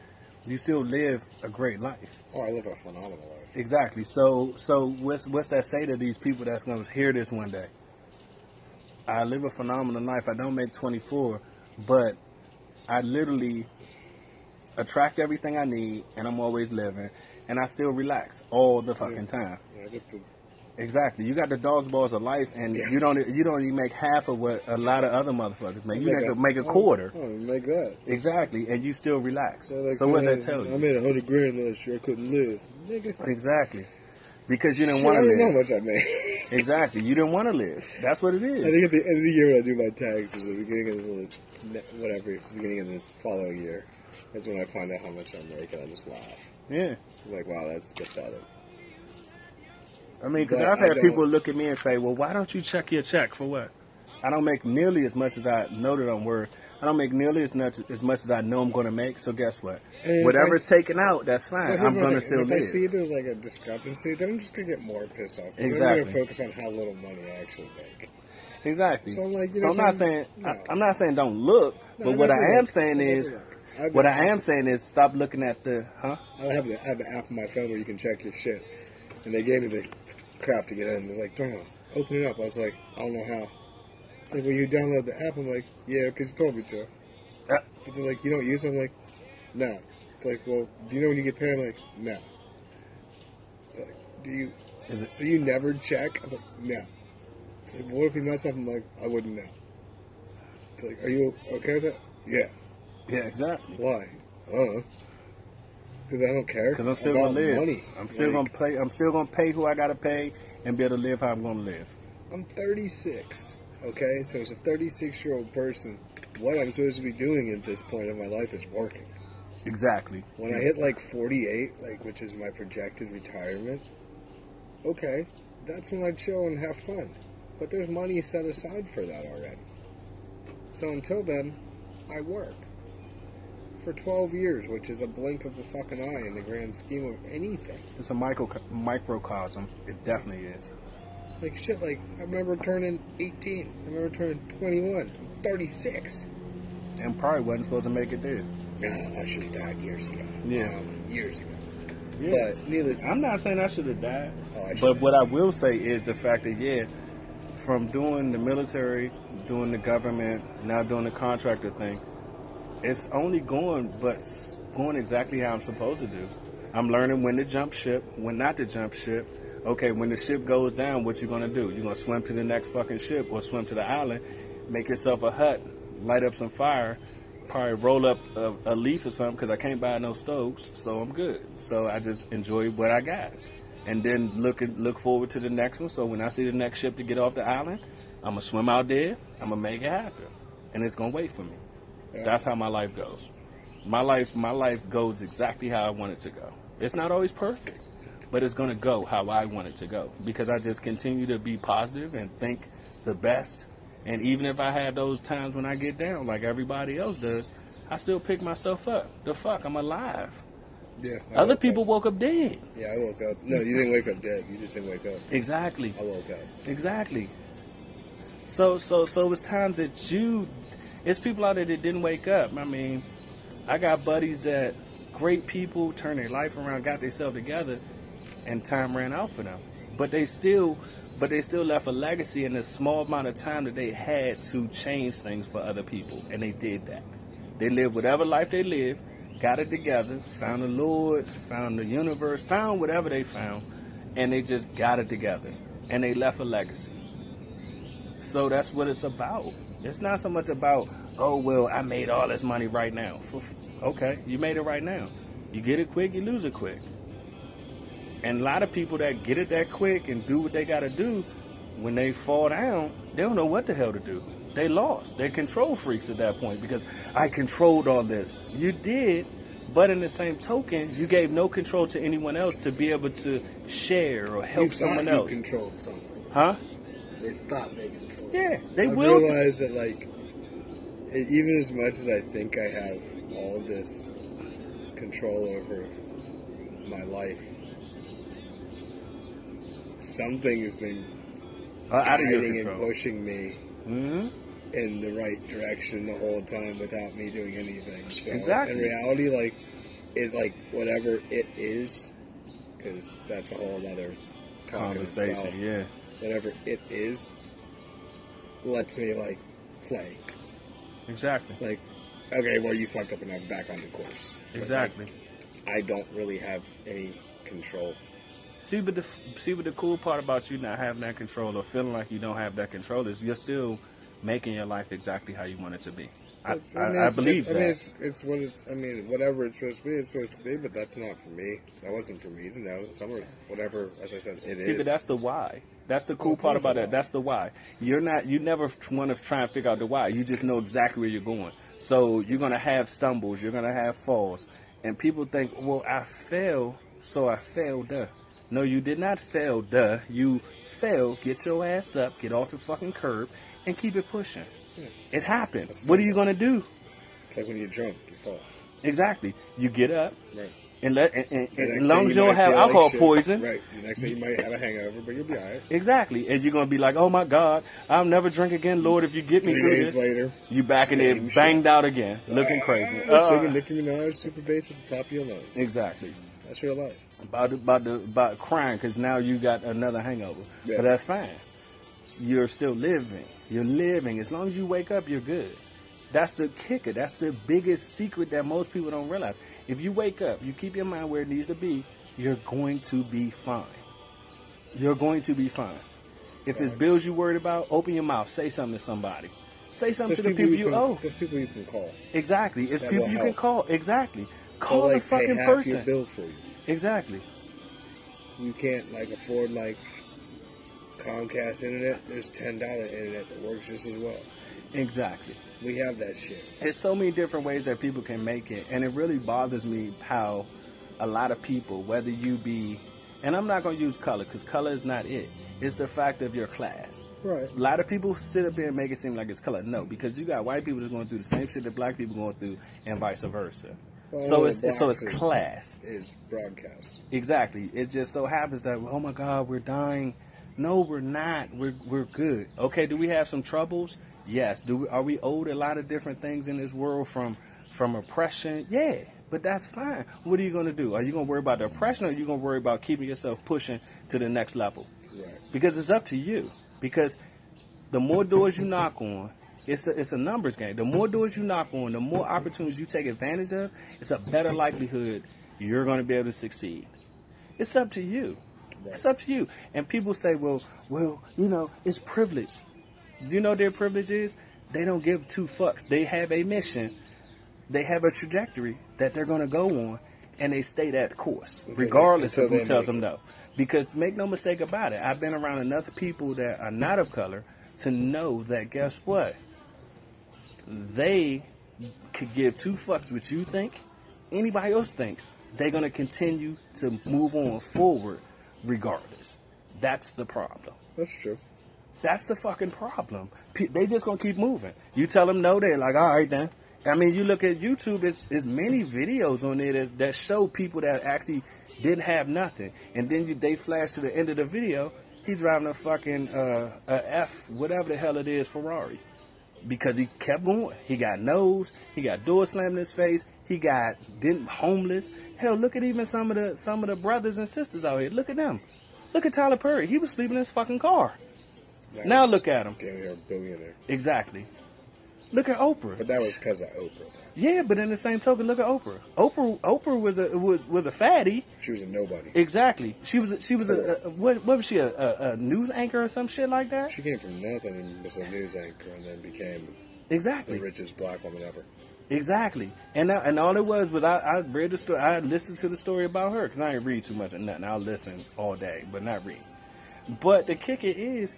[SPEAKER 2] you still live a great life.
[SPEAKER 3] Oh, I live a phenomenal life.
[SPEAKER 2] Exactly. So so what's what's that say to these people that's going to hear this one day? I live a phenomenal life. I don't make 24, but I literally attract everything I need and I'm always living and I still relax all the fucking time.
[SPEAKER 3] You know, I get the-
[SPEAKER 2] Exactly. You got the dog's balls of life and
[SPEAKER 3] Yeah.
[SPEAKER 2] you don't you don't even make half of what a lot of other motherfuckers make. You
[SPEAKER 3] like
[SPEAKER 2] make a, make a quarter.
[SPEAKER 3] Oh, oh, make that.
[SPEAKER 2] Exactly. And you still relax.
[SPEAKER 3] So, like,
[SPEAKER 2] So what
[SPEAKER 3] uh,
[SPEAKER 2] that tell
[SPEAKER 3] I
[SPEAKER 2] you?
[SPEAKER 3] made a hundred grand last year. I couldn't live. Nigga,
[SPEAKER 2] Exactly. Because you didn't
[SPEAKER 3] Shit,
[SPEAKER 2] want
[SPEAKER 3] I
[SPEAKER 2] to
[SPEAKER 3] don't
[SPEAKER 2] live.
[SPEAKER 3] know how much I made.
[SPEAKER 2] Exactly. You didn't want to live. That's what it
[SPEAKER 3] I
[SPEAKER 2] is.
[SPEAKER 3] think at the end of the year when I do my taxes, or beginning of the ne- whatever, beginning of the following year, that's when I find out how much I make, and I just laugh.
[SPEAKER 2] Yeah.
[SPEAKER 3] I'm like, wow, that's pathetic.
[SPEAKER 2] I mean, because
[SPEAKER 3] But
[SPEAKER 2] I've
[SPEAKER 3] I
[SPEAKER 2] had
[SPEAKER 3] don't-
[SPEAKER 2] people look at me and say, "Well, why don't you check your check for what?" I don't make nearly as much as I know that I'm worth. I don't make nearly as much as much as I know I'm going to make. So guess what?
[SPEAKER 3] And if
[SPEAKER 2] Whatever's
[SPEAKER 3] I s-
[SPEAKER 2] taken out, that's
[SPEAKER 3] But
[SPEAKER 2] fine.
[SPEAKER 3] here's
[SPEAKER 2] I'm
[SPEAKER 3] my
[SPEAKER 2] going to
[SPEAKER 3] thing,
[SPEAKER 2] still
[SPEAKER 3] if I
[SPEAKER 2] live.
[SPEAKER 3] see there's like a discrepancy, then I'm just gonna get more pissed off. 'cause I'm
[SPEAKER 2] Exactly.
[SPEAKER 3] gonna focus on how little money I actually make.
[SPEAKER 2] Exactly.
[SPEAKER 3] So,
[SPEAKER 2] So,
[SPEAKER 3] like, you know
[SPEAKER 2] I'm not
[SPEAKER 3] what I'm
[SPEAKER 2] saying
[SPEAKER 3] saying?
[SPEAKER 2] I,
[SPEAKER 3] No.
[SPEAKER 2] I'm not saying don't look,
[SPEAKER 3] No,
[SPEAKER 2] but
[SPEAKER 3] I
[SPEAKER 2] what
[SPEAKER 3] never
[SPEAKER 2] I am
[SPEAKER 3] look.
[SPEAKER 2] saying
[SPEAKER 3] I never
[SPEAKER 2] is,
[SPEAKER 3] look. I've
[SPEAKER 2] what
[SPEAKER 3] been-
[SPEAKER 2] I am saying is, stop looking at the huh.
[SPEAKER 3] I have the I have an app on my phone where you can check your shit, and they gave me the crap to get in. They're like, "Darnell, open it up." I was like, "I don't know how." Like, well, you download the app. I'm like, "Yeah, because you told me to."
[SPEAKER 2] Uh,
[SPEAKER 3] But they're like, "You don't use it." I'm like, "No." It's like, "Well, do you know when you get paid?" I'm like, "No." It's like, "Do you?"
[SPEAKER 2] Is it-
[SPEAKER 3] So you never check? I'm like, "No." It's like, what if you mess up? I'm like, "I wouldn't know." It's like, "Are you okay with that?" Yeah.
[SPEAKER 2] Yeah, exactly.
[SPEAKER 3] Why? Uh. Because I don't care.
[SPEAKER 2] Because I'm still
[SPEAKER 3] about
[SPEAKER 2] gonna live.
[SPEAKER 3] Money.
[SPEAKER 2] I'm still
[SPEAKER 3] Like,
[SPEAKER 2] gonna pay. I'm still gonna pay who I gotta pay and be able to live how I'm gonna live.
[SPEAKER 3] I'm 36. Okay, so as a 36 year old person, what I'm supposed to be doing at this point in my life is working.
[SPEAKER 2] Exactly.
[SPEAKER 3] When I hit like 48, like which is my projected retirement, okay, that's when I chill and have fun. But there's money set aside for that already. So until then, I work for 12 years, which is a blink of the fucking eye in the grand scheme of anything.
[SPEAKER 2] It's a micro microcosm. It definitely is.
[SPEAKER 3] Like shit, like I remember turning 18, I remember turning 21, I'm 36.
[SPEAKER 2] And probably wasn't supposed to make it there.
[SPEAKER 3] No, I should have died years ago.
[SPEAKER 2] Yeah.
[SPEAKER 3] Um, years ago.
[SPEAKER 2] Yeah.
[SPEAKER 3] But needless to
[SPEAKER 2] I'm
[SPEAKER 3] s-
[SPEAKER 2] not saying I should have died,
[SPEAKER 3] Oh, I
[SPEAKER 2] but
[SPEAKER 3] should've.
[SPEAKER 2] what I will say is the fact that yeah, from doing the military, doing the government, now doing the contractor thing, it's only going but s- going exactly how I'm supposed to do. I'm learning when to jump ship, when not to jump ship. Okay, when the ship goes down, what you gonna do? You gonna swim to the next fucking ship or swim to the island, make yourself a hut, light up some fire, probably roll up a, a leaf or something because I can't buy no stoves, so I'm good. So I just enjoy what I got, and then look at, look forward to the next one. So when I see the next ship to get off the island, I'm gonna swim out there. I'm gonna make it happen, and it's gonna wait for me. That's how my life goes. My life, my life goes exactly how I want it to go. It's not always perfect, but it's gonna go how I want it to go because I just continue to be positive and think the best. And even if I have those times when I get down, like everybody else does, I still pick myself up. The fuck, I'm alive.
[SPEAKER 3] Yeah, I
[SPEAKER 2] Other
[SPEAKER 3] woke
[SPEAKER 2] people
[SPEAKER 3] Up.
[SPEAKER 2] woke up dead.
[SPEAKER 3] Yeah, I woke up. No, you didn't wake up dead. You just didn't wake up.
[SPEAKER 2] Exactly.
[SPEAKER 3] I woke up.
[SPEAKER 2] Exactly. So so so it's times that you it's people out there that didn't wake up. I mean, I got buddies that great people turned their life around, got themselves together, and time ran out for them. But they still but they still left a legacy in the small amount of time that they had to change things for other people. And they did that. They lived whatever life they lived, got it together, found the Lord, found the universe, found whatever they found, and they just got it together. And they left a legacy. So that's what it's about. It's not so much about, oh, well, I made all this money right now. F- Okay, you made it right now. You get it quick, you lose it quick. And a lot of people that get it that quick and do what they got to do, when they fall down, they don't know what the hell to do. They lost. They're control freaks at that point because I controlled all this. You did, but in the same token, you gave no control to anyone else to be able to share or
[SPEAKER 3] you
[SPEAKER 2] help
[SPEAKER 3] thought
[SPEAKER 2] someone
[SPEAKER 3] you
[SPEAKER 2] else.
[SPEAKER 3] controlled something.
[SPEAKER 2] Huh?
[SPEAKER 3] They thought they controlled.
[SPEAKER 2] Yeah, they
[SPEAKER 3] I
[SPEAKER 2] will.
[SPEAKER 3] realized that like, e- even as much as I think I have all this control over my life, something has been
[SPEAKER 2] Uh, out of your
[SPEAKER 3] guiding and
[SPEAKER 2] control.
[SPEAKER 3] pushing me
[SPEAKER 2] hmm
[SPEAKER 3] in the right direction the whole time without me doing anything. So
[SPEAKER 2] Exactly.
[SPEAKER 3] in reality, like it, like whatever it is, because that's a whole other talk in itself.
[SPEAKER 2] Conversation, yeah.
[SPEAKER 3] Whatever it is, lets me like play.
[SPEAKER 2] Exactly.
[SPEAKER 3] Like, okay, well you fucked up and I'm back on the course. But, like,
[SPEAKER 2] Exactly.
[SPEAKER 3] I don't really have any control.
[SPEAKER 2] See, but the see, but the cool part about you not having that control or feeling like you don't have that control is you're still making your life exactly how you want it to be. I,
[SPEAKER 3] It's-
[SPEAKER 2] I,
[SPEAKER 3] mean,
[SPEAKER 2] I
[SPEAKER 3] it's
[SPEAKER 2] believe
[SPEAKER 3] just-
[SPEAKER 2] that.
[SPEAKER 3] I mean, it's, it's what it's. I mean, whatever it's supposed to be, it's supposed to be. But that's not for me. That wasn't for me. You know, somewhere, whatever. As I said, it is.
[SPEAKER 2] See, but that's the why. That's the cool
[SPEAKER 3] Well, of
[SPEAKER 2] part
[SPEAKER 3] course
[SPEAKER 2] about
[SPEAKER 3] it
[SPEAKER 2] that.
[SPEAKER 3] will.
[SPEAKER 2] That's the why. You're not. You never want to try and figure out the why. You just know exactly where you're going. So you're gonna have stumbles. You're gonna have falls, and people think, "Well, I fell, so I failed." Duh. No, you did not fail, duh. You failed. Get your ass up, get off the fucking curb, and keep it pushing. It happens.
[SPEAKER 3] That's
[SPEAKER 2] What are
[SPEAKER 3] not-
[SPEAKER 2] you gonna do?
[SPEAKER 3] It's like when you're drunk, you fall.
[SPEAKER 2] Exactly. You get up,
[SPEAKER 3] Right.
[SPEAKER 2] and let and, and,
[SPEAKER 3] The
[SPEAKER 2] and
[SPEAKER 3] next
[SPEAKER 2] as long
[SPEAKER 3] thing
[SPEAKER 2] as
[SPEAKER 3] you
[SPEAKER 2] you don't
[SPEAKER 3] might
[SPEAKER 2] have
[SPEAKER 3] feel like
[SPEAKER 2] alcohol
[SPEAKER 3] shit.
[SPEAKER 2] poison,
[SPEAKER 3] Right. The next thing you might have a hangover, but you'll be all right.
[SPEAKER 2] exactly. And you're gonna be like, oh my god, I'll never drink again, Lord. If you get me
[SPEAKER 3] Three
[SPEAKER 2] through
[SPEAKER 3] days
[SPEAKER 2] this,
[SPEAKER 3] later,
[SPEAKER 2] you back in there,
[SPEAKER 3] same shit.
[SPEAKER 2] banged out again, looking crazy.
[SPEAKER 3] You're
[SPEAKER 2] Uh,
[SPEAKER 3] singing Nicki Minaj super bass at the top of your lungs.
[SPEAKER 2] exactly.
[SPEAKER 3] That's real life.
[SPEAKER 2] about about the, about crying because now you got another hangover.
[SPEAKER 3] Yeah.
[SPEAKER 2] But that's fine. You're still living. You're living. As long as you wake up, you're good. That's the kicker. That's the biggest secret that most people don't realize. If you wake up, you keep your mind where it needs to be. You're going to be fine. You're going to be fine. If it's
[SPEAKER 3] Facts.
[SPEAKER 2] bills you worried about, open your mouth. Say something to somebody. Say something
[SPEAKER 3] There's
[SPEAKER 2] to the
[SPEAKER 3] people,
[SPEAKER 2] people
[SPEAKER 3] you
[SPEAKER 2] you oh.
[SPEAKER 3] can,
[SPEAKER 2] owe.
[SPEAKER 3] There's people you can call.
[SPEAKER 2] Exactly. It's
[SPEAKER 3] That
[SPEAKER 2] people
[SPEAKER 3] will
[SPEAKER 2] you can
[SPEAKER 3] help.
[SPEAKER 2] call. Exactly.
[SPEAKER 3] They'll,
[SPEAKER 2] Call the
[SPEAKER 3] like pay
[SPEAKER 2] fucking
[SPEAKER 3] half
[SPEAKER 2] person.
[SPEAKER 3] your bill for you.
[SPEAKER 2] Exactly.
[SPEAKER 3] You can't like afford like Comcast internet. There's ten dollar internet that works just as well.
[SPEAKER 2] Exactly.
[SPEAKER 3] We have that shit.
[SPEAKER 2] there's so many different ways that people can make it and it really bothers me how a lot of people whether you be and i'm not going to use color because color is not it it's the fact of your class
[SPEAKER 3] Right.
[SPEAKER 2] a lot of people sit up here and make it seem like it's color no because you got white people that's going through the same shit that black people going through and vice versa
[SPEAKER 3] Well,
[SPEAKER 2] so
[SPEAKER 3] the
[SPEAKER 2] it's, it's so it's
[SPEAKER 3] blacks is-
[SPEAKER 2] class
[SPEAKER 3] Is broadcast.
[SPEAKER 2] Exactly. It just so happens that oh my God, we're dying. No, we're not. We're we're good. Okay. Do we have some troubles? Yes. Do we, are we owed a lot of different things in this world from from oppression? Yeah. But that's fine. What are you going to do? Are you going to worry about the oppression, or are you going to worry about keeping yourself pushing to the next level?
[SPEAKER 3] Right.
[SPEAKER 2] Because it's up to you. Because the more doors you knock on, it's a, it's a numbers game. The more doors you knock on, the more opportunities you take advantage of, it's a better likelihood you're going to be able to succeed. It's up to you. It's up to you. And people say, well, well, you know, it's privilege. Do you know what their privilege is? They don't give two fucks. They have a mission. They have a trajectory that they're going to go on, and they stay that course,
[SPEAKER 3] Until they-
[SPEAKER 2] regardless
[SPEAKER 3] until
[SPEAKER 2] of who
[SPEAKER 3] they
[SPEAKER 2] tells
[SPEAKER 3] make
[SPEAKER 2] them
[SPEAKER 3] it.
[SPEAKER 2] no. Because make no mistake about it, I've been around enough people that are not of color to know that guess what? They could give two fucks what you think, anybody else thinks. They're going to continue to move on forward regardless. That's the problem.
[SPEAKER 3] That's true.
[SPEAKER 2] That's the fucking problem. P- they just gonna keep moving. You tell them no, they're like, all right then. I mean, you look at YouTube. It's, it's many videos on there that, that show people that actually didn't have nothing, and then you, they flash to the end of the video. He's driving a fucking uh, a F, whatever the hell it is, Ferrari, because he kept going. He got nose. He got door slammed in his face. He got didn't homeless. Hell, look at even some of the some of the brothers and sisters out here. Look at them. Look at Tyler Perry. He was sleeping in his fucking car.
[SPEAKER 3] That
[SPEAKER 2] Now
[SPEAKER 3] was
[SPEAKER 2] look at 'em.
[SPEAKER 3] Damn near a billionaire.
[SPEAKER 2] Exactly. Look at Oprah.
[SPEAKER 3] But that was because of Oprah.
[SPEAKER 2] yeah, but in the same token, look at Oprah. Oprah Oprah was a was, was a fatty.
[SPEAKER 3] She was a nobody.
[SPEAKER 2] Exactly. She was a, she was a, a what what was she a, a, a news anchor or some shit like that?
[SPEAKER 3] She came from nothing and was a news anchor and then became the
[SPEAKER 2] Exactly.
[SPEAKER 3] richest black woman ever.
[SPEAKER 2] Exactly. And I, and all it was was I, I read the story. I listened to the story about her because I ain't read too much of nothing. I'll listen all day, but not read. But the kicker is,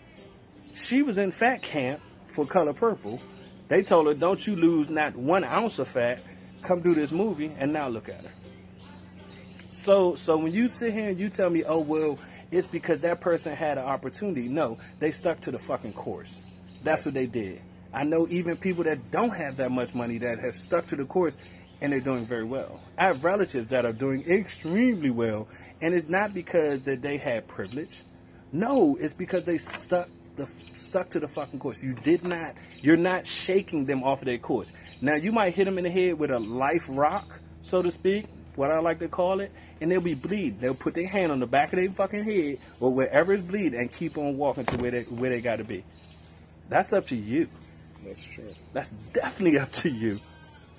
[SPEAKER 2] she was in fat camp for Color Purple. They told her, "Don't you lose not one ounce of fat. Come do this movie." And now look at her. So so when you sit here and you tell me, "Oh well, it's because that person had an opportunity," no, they stuck to the fucking course. That's what they did. I know even people that don't have that much money that have stuck to the course and they're doing very well. I have relatives that are doing extremely well, and it's not because that they had privilege. No, it's because they stuck the stuck to the fucking course. You did not. You're not shaking them off of their course. Now you might hit them in the head with a life rock, so to speak, what I like to call it, and they'll be bleeding. They'll put their hand on the back of their fucking head or wherever it's bleeding and keep on walking to where they where they got to be. That's up to you.
[SPEAKER 3] That's true.
[SPEAKER 2] That's definitely up to you.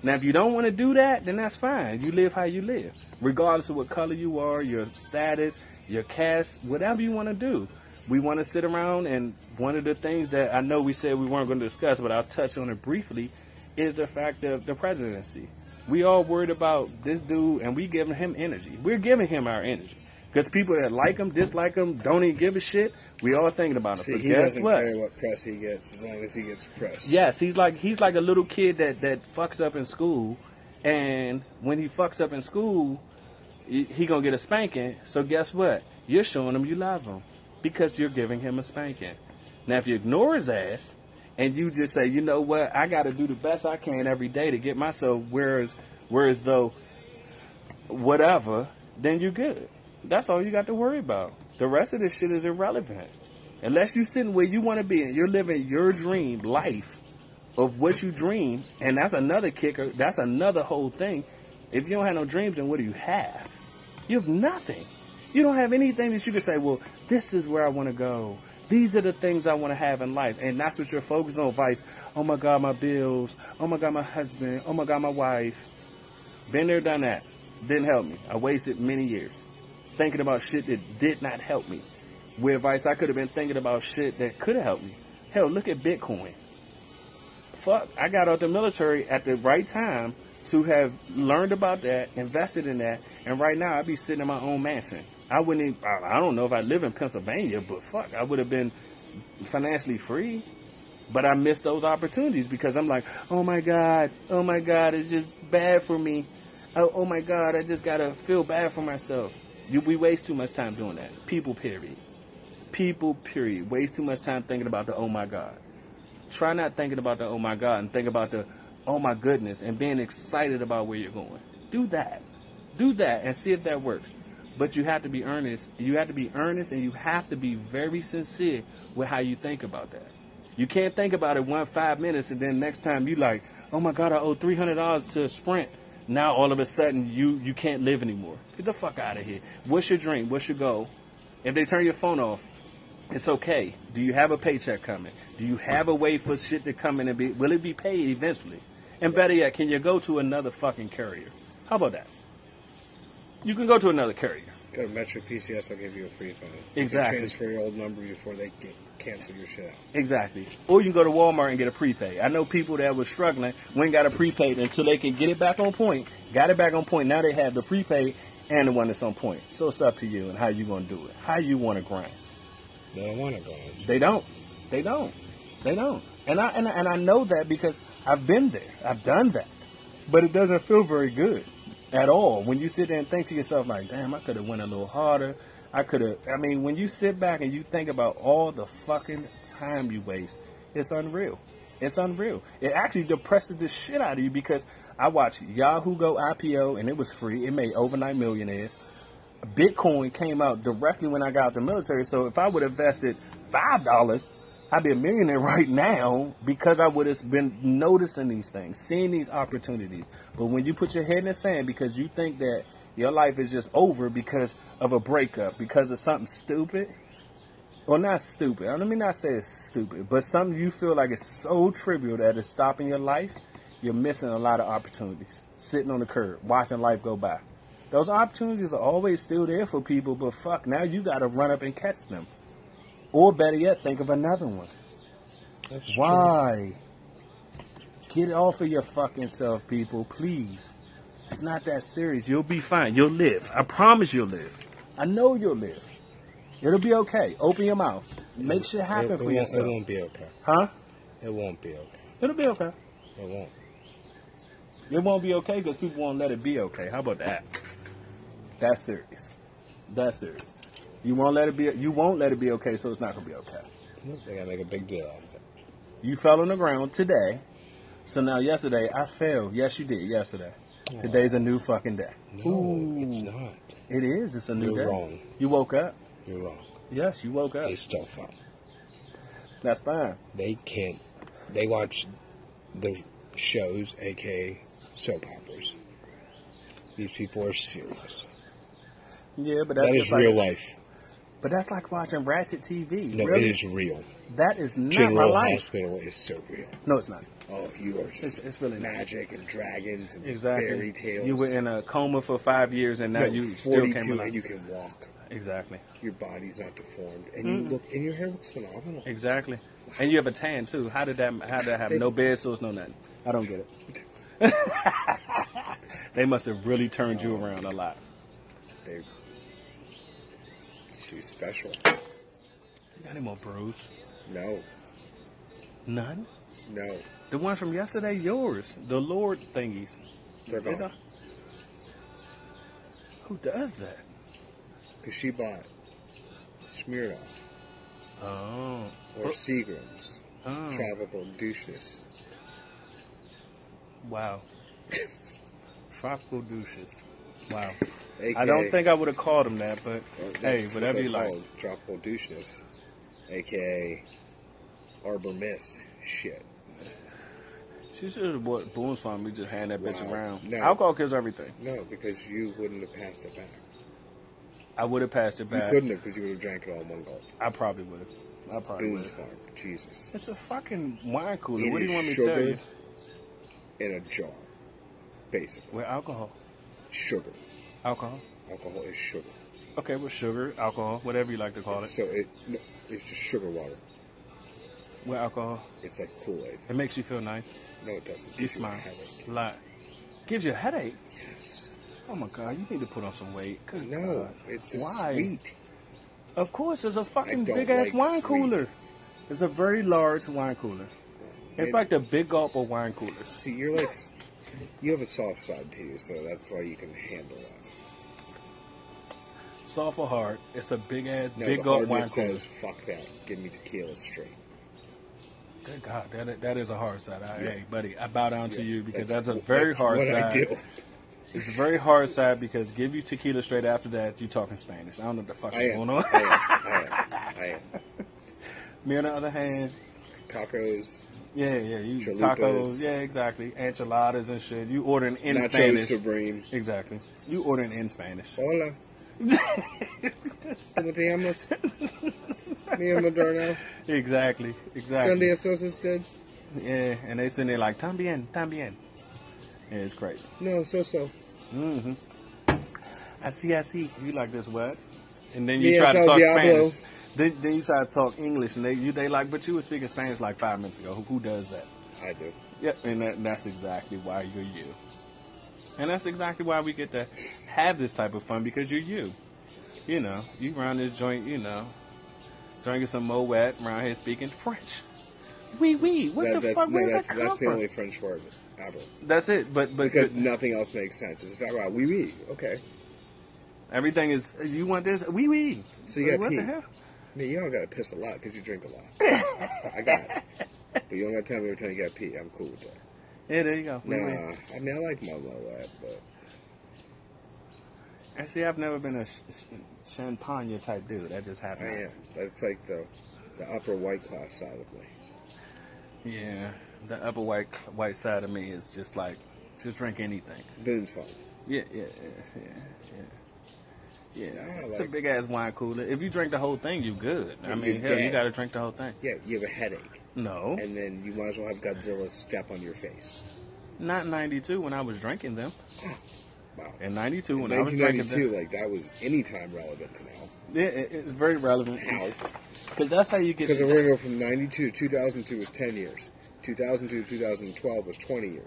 [SPEAKER 2] Now, if you don't want to do that, then that's fine. You live how you live, regardless of what color you are, your status, your caste, whatever you want to do. We want to sit around, and one of the things that I know we said we weren't going to discuss, but I'll touch on it briefly, is the fact of the presidency. We all worried about this dude, and we giving him energy. We're giving him our energy because people that like him, dislike him, don't even give a shit. We all thinking about him.
[SPEAKER 3] See,
[SPEAKER 2] but
[SPEAKER 3] he
[SPEAKER 2] guess
[SPEAKER 3] doesn't
[SPEAKER 2] what?
[SPEAKER 3] care what press he gets as long as he gets press.
[SPEAKER 2] Yes, he's like he's like a little kid that that fucks up in school, and when he fucks up in school, he, he gonna get a spanking. So guess what? You're showing him you love him because you're giving him a spanking. Now, if you ignore his ass and you just say, you know what, I got to do the best I can every day to get myself whereas, whereas though, whatever, then you good. That's all you got to worry about. The rest of this shit is irrelevant. Unless you're sitting where you want to be and you're living your dream life of what you dream, and that's another kicker, that's another whole thing. If you don't have no dreams, then what do you have? You have nothing. You don't have anything that you can say, well, this is where I want to go. These are the things I want to have in life. And that's what you're focused on, Vice. Oh my God, my bills. Oh my God, my husband. Oh my God, my wife. Been there, done that. Didn't help me. I wasted many years thinking about shit that did not help me. Where Vice, I could have been thinking about shit that could have helped me. Hell, look at Bitcoin. Fuck, I got out the military at the right time to have learned about that, invested in that, and right now I'd be sitting in my own mansion. I wouldn't even, I I don't know if I live in Pennsylvania, but fuck, I would have been financially free. But I missed those opportunities because I'm like, oh my God, oh my God, it's just bad for me. Oh, oh my God, I just gotta feel bad for myself. You, we waste too much time doing that. People, period. People, period. Waste too much time thinking about the oh my God. Try not thinking about the oh my God and think about the oh my goodness and being excited about where you're going. Do that. Do that and see if that works. But you have to be earnest. You have to be earnest and you have to be very sincere with how you think about that. You can't think about it one five minutes and then next time you like, oh my god, I owe three hundred dollars to Sprint. Now all of a sudden you you can't live anymore. Get the fuck out of here. What's your dream? What's your goal? If they turn your phone off, it's okay. Do you have a paycheck coming? Do you have a way for shit to come in and be? Will it be paid eventually? And better yet, can you go to another fucking carrier? How about that? You can go to another carrier.
[SPEAKER 3] Go to Metro PCS, I'll give you a free phone. You can
[SPEAKER 2] Exactly.
[SPEAKER 3] transfer your old number before they get, cancel your shit out.
[SPEAKER 2] Exactly. Or you can go to Walmart and get a prepaid. I know people that were struggling, went and got a prepaid until they can get it back on point, got it back on point. Now they have the prepaid and the one that's on point. So it's up to you and how you gonna do it. How you wanna grind.
[SPEAKER 3] They don't want to go on.
[SPEAKER 2] They don't. They don't. They don't. And I and I, and I know that because I've been there. I've done that. But it doesn't feel very good at all when you sit there and think to yourself like, "Damn, I could have went a little harder. I could have." I mean, when you sit back and you think about all the fucking time you waste, it's unreal. It's unreal. It actually depresses the shit out of you because I watched Yahoo go IPO and it was free. It made overnight millionaires. Bitcoin came out directly when I got out the military. So if I would have invested five dollars, I'd be a millionaire right now because I would have been noticing these things, seeing these opportunities. But when you put your head in the sand because you think that your life is just over because of a breakup, because of something stupid, or not stupid. I mean, not say it's stupid, but something you feel like it's so trivial that it's stopping your life. You're missing a lot of opportunities. Sitting on the curb, watching life go by. Those opportunities are always still there for people, but fuck, now you got to run up and catch them, or better yet, think of another one.
[SPEAKER 3] That's
[SPEAKER 2] Why? Get off of your fucking self, people, please. It's not that serious. You'll be fine. You'll live. I promise you'll live. I know you'll live. It'll be okay. Open your mouth. Make shit happen
[SPEAKER 3] it,
[SPEAKER 2] for
[SPEAKER 3] it, won't, it
[SPEAKER 2] yourself.
[SPEAKER 3] won't be okay.
[SPEAKER 2] Huh?
[SPEAKER 3] It won't be okay.
[SPEAKER 2] It'll be okay.
[SPEAKER 3] It won't.
[SPEAKER 2] It won't be okay because people won't let it be okay. How about that? That's serious. That's serious. You won't let it be. You won't let it be okay, so it's not gonna be okay.
[SPEAKER 3] They gotta make a big deal out of it.
[SPEAKER 2] You fell on the ground today, so now yesterday I fell. Yes, you did yesterday. Today's a new fucking day.
[SPEAKER 3] No, it's not.
[SPEAKER 2] It is. It's a new
[SPEAKER 3] You're
[SPEAKER 2] day.
[SPEAKER 3] wrong.
[SPEAKER 2] You woke up.
[SPEAKER 3] You're wrong.
[SPEAKER 2] Yes, you woke up.
[SPEAKER 3] They still fuck.
[SPEAKER 2] That's fine.
[SPEAKER 3] They can't. They watch the shows, aka soap operas. These people are serious.
[SPEAKER 2] Yeah, but that's
[SPEAKER 3] that
[SPEAKER 2] just
[SPEAKER 3] is
[SPEAKER 2] like,
[SPEAKER 3] real life.
[SPEAKER 2] But that's like watching Ratchet TV.
[SPEAKER 3] No,
[SPEAKER 2] really?
[SPEAKER 3] it is real.
[SPEAKER 2] That is not my
[SPEAKER 3] General
[SPEAKER 2] life.
[SPEAKER 3] Hospital is so real.
[SPEAKER 2] No, it's not.
[SPEAKER 3] Oh, you are just
[SPEAKER 2] It's- it's really not.
[SPEAKER 3] magic and dragons and
[SPEAKER 2] Exactly.
[SPEAKER 3] fairy tales.
[SPEAKER 2] You were in a coma for five years, and now
[SPEAKER 3] No,
[SPEAKER 2] you still
[SPEAKER 3] 42
[SPEAKER 2] came alive.
[SPEAKER 3] and you can walk.
[SPEAKER 2] Exactly.
[SPEAKER 3] Your body's not deformed, and you look, and your hair looks phenomenal.
[SPEAKER 2] Exactly. And you have a tan too. How did that? How did that happen? No bed sores, no nothing. I don't get it. they must have really turned you around a lot.
[SPEAKER 3] They, she's special.
[SPEAKER 2] You got any more bruise?
[SPEAKER 3] No,
[SPEAKER 2] None.
[SPEAKER 3] no,
[SPEAKER 2] The one from yesterday, yours. The Lord thingies.
[SPEAKER 3] they're
[SPEAKER 2] Did
[SPEAKER 3] gone.
[SPEAKER 2] I- Who does that?
[SPEAKER 3] Because she bought Smirnoff,
[SPEAKER 2] Oh.
[SPEAKER 3] or Seagram's
[SPEAKER 2] Oh.
[SPEAKER 3] tropical doucheness.
[SPEAKER 2] Wow. Tropical douches. Wow.
[SPEAKER 3] AKA,
[SPEAKER 2] I don't think I would have called him that, but
[SPEAKER 3] Well, that's
[SPEAKER 2] hey,
[SPEAKER 3] what
[SPEAKER 2] whatever
[SPEAKER 3] they
[SPEAKER 2] you like.
[SPEAKER 3] call it, Tropical doucheness, aka arbor mist shit.
[SPEAKER 2] She should have bought Boone's Farm. We just hand that bitch
[SPEAKER 3] Wow.
[SPEAKER 2] around.
[SPEAKER 3] No.
[SPEAKER 2] Alcohol kills everything.
[SPEAKER 3] No, because you wouldn't have passed it back.
[SPEAKER 2] I would have passed it
[SPEAKER 3] You
[SPEAKER 2] back.
[SPEAKER 3] couldn't have because you would have drank it all in one gulp.
[SPEAKER 2] I probably would have. I probably would
[SPEAKER 3] Boone's
[SPEAKER 2] have.
[SPEAKER 3] Farm, Jesus.
[SPEAKER 2] It's a fucking wine cooler.
[SPEAKER 3] It
[SPEAKER 2] what do
[SPEAKER 3] is
[SPEAKER 2] you want me to
[SPEAKER 3] sugar
[SPEAKER 2] tell you?
[SPEAKER 3] in a jar, basically.
[SPEAKER 2] With alcohol.
[SPEAKER 3] Sugar.
[SPEAKER 2] Alcohol.
[SPEAKER 3] Alcohol is sugar.
[SPEAKER 2] Okay, with sugar, alcohol, whatever you like to call it.
[SPEAKER 3] So it no, it's just sugar water.
[SPEAKER 2] With alcohol,
[SPEAKER 3] It's like Kool Aid.
[SPEAKER 2] it makes you feel nice.
[SPEAKER 3] No, it doesn't. It
[SPEAKER 2] You
[SPEAKER 3] gives a
[SPEAKER 2] smile.
[SPEAKER 3] headache.
[SPEAKER 2] Lie. Gives you a headache.
[SPEAKER 3] Yes.
[SPEAKER 2] Oh my god, you need to put on some weight. Good
[SPEAKER 3] No,
[SPEAKER 2] God.
[SPEAKER 3] it's just
[SPEAKER 2] Why?
[SPEAKER 3] sweet.
[SPEAKER 2] Of course, it's a fucking
[SPEAKER 3] don't
[SPEAKER 2] big ass
[SPEAKER 3] like
[SPEAKER 2] wine
[SPEAKER 3] sweet.
[SPEAKER 2] cooler. It's a very large wine cooler. It's
[SPEAKER 3] Maybe-
[SPEAKER 2] like the big gulp of wine coolers.
[SPEAKER 3] See, you're like s- you have a soft side to you, so that's why you can handle that.
[SPEAKER 2] Soft or hard, it's a big ass
[SPEAKER 3] No,
[SPEAKER 2] big
[SPEAKER 3] the
[SPEAKER 2] gulp
[SPEAKER 3] hardness
[SPEAKER 2] wine cooler.
[SPEAKER 3] says, "Fuck that. Give me tequila straight."
[SPEAKER 2] Good God, that i- that is a hard side. I, Hey, buddy, I bow down to you because that's, a
[SPEAKER 3] wh-
[SPEAKER 2] very
[SPEAKER 3] that's
[SPEAKER 2] hard
[SPEAKER 3] what
[SPEAKER 2] side.
[SPEAKER 3] I do.
[SPEAKER 2] It's a very hard side because give you tequila straight after that, you talking Spanish. I don't know what the fuck
[SPEAKER 3] I
[SPEAKER 2] is
[SPEAKER 3] am.
[SPEAKER 2] going
[SPEAKER 3] I
[SPEAKER 2] on.
[SPEAKER 3] am. I am. I am.
[SPEAKER 2] Me on the other hand,
[SPEAKER 3] Tacos,
[SPEAKER 2] yeah, yeah, you
[SPEAKER 3] Chalupas.
[SPEAKER 2] tacos, yeah, exactly, enchiladas and shit. You ordering in
[SPEAKER 3] nacho
[SPEAKER 2] Spanish,
[SPEAKER 3] supreme.
[SPEAKER 2] exactly. You ordering in Spanish.
[SPEAKER 3] Hola. ¿Cómo te llamas? Me llamo Darnell.
[SPEAKER 2] Exactly, exactly.
[SPEAKER 3] ¿Dónde estás usted?
[SPEAKER 2] Yeah, and they sitting there like también, también. Yeah, it's crazy.
[SPEAKER 3] No, so so.
[SPEAKER 2] Mm-hmm. I see, I see. You like this what? And then
[SPEAKER 3] Me
[SPEAKER 2] you try
[SPEAKER 3] es
[SPEAKER 2] to
[SPEAKER 3] el
[SPEAKER 2] talk
[SPEAKER 3] diablo.
[SPEAKER 2] Spanish. Then, then you try to talk English, and they you, they like, but you were speaking Spanish like five minutes ago. Who, who does that?
[SPEAKER 3] I do.
[SPEAKER 2] Yeah, and that, that's exactly why you're you. And that's exactly why we get to have this type of fun because you're you. You know, you around this joint, you know, drinking some Moet, around here speaking French. Oui, oui. What
[SPEAKER 3] That-
[SPEAKER 2] the
[SPEAKER 3] that-
[SPEAKER 2] fuck?
[SPEAKER 3] no,
[SPEAKER 2] Where does
[SPEAKER 3] that's,
[SPEAKER 2] that come
[SPEAKER 3] that's the
[SPEAKER 2] from?
[SPEAKER 3] only French word ever.
[SPEAKER 2] That's it. But but
[SPEAKER 3] Because nothing else makes sense. It's like, wow, wee wee. Okay.
[SPEAKER 2] everything is you want this? Wee wee.
[SPEAKER 3] So you got
[SPEAKER 2] what
[SPEAKER 3] pee.
[SPEAKER 2] the hell?
[SPEAKER 3] I mean, y'all gotta piss a lot because you drink a lot. I got it. But you don't gotta tell me every time you gotta pee. I'm cool with that.
[SPEAKER 2] Yeah, there you go. Wee wee.
[SPEAKER 3] Nah, I mean, I like my Moet, but
[SPEAKER 2] And see, I've never been a sh- sh- champagne type dude. That just
[SPEAKER 3] I
[SPEAKER 2] happened.
[SPEAKER 3] am. That's like the the upper white class side of me.
[SPEAKER 2] Yeah, the upper white white side of me is just like just drink anything.
[SPEAKER 3] Boone's fun.
[SPEAKER 2] Yeah, yeah, yeah, yeah, yeah. yeah.
[SPEAKER 3] Yeah, I
[SPEAKER 2] it's a
[SPEAKER 3] like-
[SPEAKER 2] big ass wine cooler. If you drink the whole thing, you good. I
[SPEAKER 3] If
[SPEAKER 2] mean,
[SPEAKER 3] you
[SPEAKER 2] hell, you
[SPEAKER 3] dead.
[SPEAKER 2] got to drink the whole thing.
[SPEAKER 3] Yeah, you have a headache,
[SPEAKER 2] No,
[SPEAKER 3] and then you might as well have Godzilla step on your face.
[SPEAKER 2] not '92 when I was drinking them.
[SPEAKER 3] Wow.
[SPEAKER 2] In '92 when I was drinking
[SPEAKER 3] 1992,
[SPEAKER 2] them,
[SPEAKER 3] like that was any time relevant to now.
[SPEAKER 2] yeah, it, it's very relevant
[SPEAKER 3] How?
[SPEAKER 2] because that's how you get.
[SPEAKER 3] Because we're going to go from 92 to 2002 was 10 years. 2002 to 2012 was 20 years.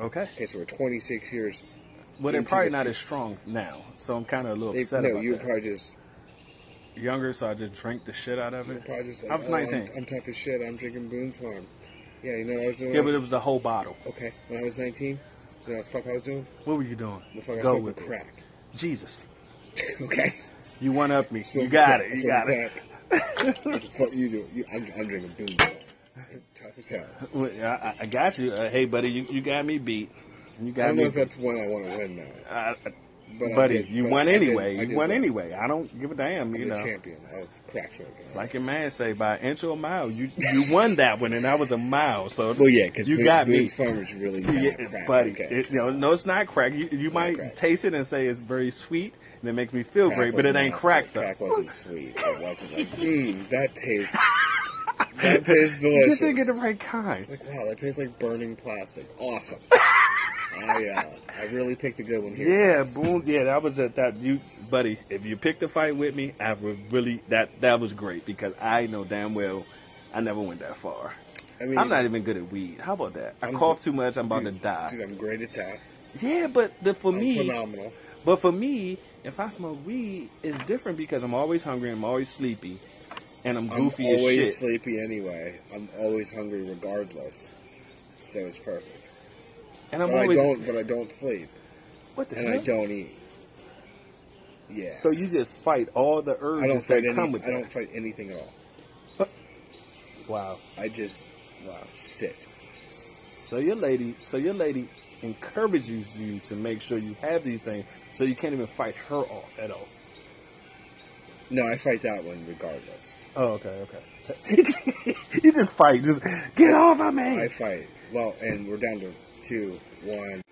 [SPEAKER 2] Okay.
[SPEAKER 3] Okay, so we're 26 years.
[SPEAKER 2] Well, they're
[SPEAKER 3] into
[SPEAKER 2] probably
[SPEAKER 3] the
[SPEAKER 2] not
[SPEAKER 3] future.
[SPEAKER 2] as strong now, so I'm kind of a little
[SPEAKER 3] They-
[SPEAKER 2] upset
[SPEAKER 3] no,
[SPEAKER 2] about
[SPEAKER 3] you were
[SPEAKER 2] that.
[SPEAKER 3] probably just,
[SPEAKER 2] Younger, so I just drank the shit out of
[SPEAKER 3] you were
[SPEAKER 2] it.
[SPEAKER 3] probably just like,
[SPEAKER 2] I was
[SPEAKER 3] oh,
[SPEAKER 2] 19.
[SPEAKER 3] I'm, I'm tough as shit. I'm drinking Boone's Farm. Yeah, you know what I was doing?
[SPEAKER 2] yeah, but it was the whole bottle.
[SPEAKER 3] okay, when I was 19, you know what the fuck I was doing?
[SPEAKER 2] What were you doing?
[SPEAKER 3] The fuck I was
[SPEAKER 2] Go
[SPEAKER 3] smoking
[SPEAKER 2] with it.
[SPEAKER 3] crack.
[SPEAKER 2] Jesus,
[SPEAKER 3] okay?
[SPEAKER 2] you one up me. You
[SPEAKER 3] Smoking
[SPEAKER 2] got
[SPEAKER 3] crack,
[SPEAKER 2] it. You
[SPEAKER 3] smoking
[SPEAKER 2] got it.
[SPEAKER 3] crack. what the fuck you doing? You, I'm, I'm drinking Boone's Farm. Tough as hell.
[SPEAKER 2] Well, I, I- I got you. Uh, hey, buddy, you, you got me beat. You
[SPEAKER 3] I
[SPEAKER 2] got
[SPEAKER 3] don't know
[SPEAKER 2] me.
[SPEAKER 3] if that's one I want to win now.
[SPEAKER 2] beat. I- I-
[SPEAKER 3] But I
[SPEAKER 2] Uh, buddy,
[SPEAKER 3] did-
[SPEAKER 2] you
[SPEAKER 3] but
[SPEAKER 2] won
[SPEAKER 3] I did-
[SPEAKER 2] anyway.
[SPEAKER 3] I
[SPEAKER 2] you
[SPEAKER 3] did
[SPEAKER 2] won
[SPEAKER 3] win.
[SPEAKER 2] anyway. I don't give a damn.
[SPEAKER 3] I'm
[SPEAKER 2] You
[SPEAKER 3] the
[SPEAKER 2] know,
[SPEAKER 3] champion of crack smoking.
[SPEAKER 2] like your man say, by an inch or a mile, you you won that one, and I was a mile. So
[SPEAKER 3] Well, yeah, because
[SPEAKER 2] you got me.
[SPEAKER 3] Boone's Farmers really not
[SPEAKER 2] Yeah,
[SPEAKER 3] crack.
[SPEAKER 2] buddy,
[SPEAKER 3] okay.
[SPEAKER 2] it, you know, no, it's not crack. You, you
[SPEAKER 3] not
[SPEAKER 2] might
[SPEAKER 3] crack.
[SPEAKER 2] taste it and say it's very sweet, and it makes me feel
[SPEAKER 3] Crack
[SPEAKER 2] great, but it
[SPEAKER 3] wasn't
[SPEAKER 2] ain't
[SPEAKER 3] awesome.
[SPEAKER 2] crack though.
[SPEAKER 3] Crack wasn't sweet. It wasn't like, mmm, that tastes. That tastes
[SPEAKER 2] You
[SPEAKER 3] delicious.
[SPEAKER 2] just didn't get the right kind.
[SPEAKER 3] It's like, wow, that tastes like burning plastic. Awesome. I, uh, I really picked a good one here.
[SPEAKER 2] Yeah, boom. Yeah, that was at that. You, buddy, if you picked a fight with me, I would really that that was great because I know damn well I never went that far.
[SPEAKER 3] I mean,
[SPEAKER 2] I'm not even good at weed. How about that? I
[SPEAKER 3] I'm-
[SPEAKER 2] cough too much. I'm about
[SPEAKER 3] dude,
[SPEAKER 2] to die.
[SPEAKER 3] Dude, I'm great at that.
[SPEAKER 2] yeah, but the, for
[SPEAKER 3] I'm
[SPEAKER 2] me,
[SPEAKER 3] phenomenal.
[SPEAKER 2] but for me, if I smoke weed, it's different because I'm always hungry. I'm always sleepy, and I'm
[SPEAKER 3] I'm
[SPEAKER 2] goofy as shit.
[SPEAKER 3] always sleepy anyway. I'm always hungry regardless. So it's perfect.
[SPEAKER 2] and I'm
[SPEAKER 3] but
[SPEAKER 2] always
[SPEAKER 3] I don't. But I don't sleep,
[SPEAKER 2] what the
[SPEAKER 3] and
[SPEAKER 2] hell?
[SPEAKER 3] I don't eat. Yeah.
[SPEAKER 2] So you just fight all the
[SPEAKER 3] I don't
[SPEAKER 2] urges
[SPEAKER 3] fight
[SPEAKER 2] that
[SPEAKER 3] any,
[SPEAKER 2] come with
[SPEAKER 3] I
[SPEAKER 2] that.
[SPEAKER 3] don't fight anything at all.
[SPEAKER 2] Wow.
[SPEAKER 3] I just
[SPEAKER 2] Wow.
[SPEAKER 3] sit.
[SPEAKER 2] So your lady, so your lady encourages you to make sure you have these things, so you can't even fight her off at all.
[SPEAKER 3] No, I fight that one regardless.
[SPEAKER 2] Oh, okay, okay. you just fight, just get off of me.
[SPEAKER 3] I fight. Well, and we're down to two, one.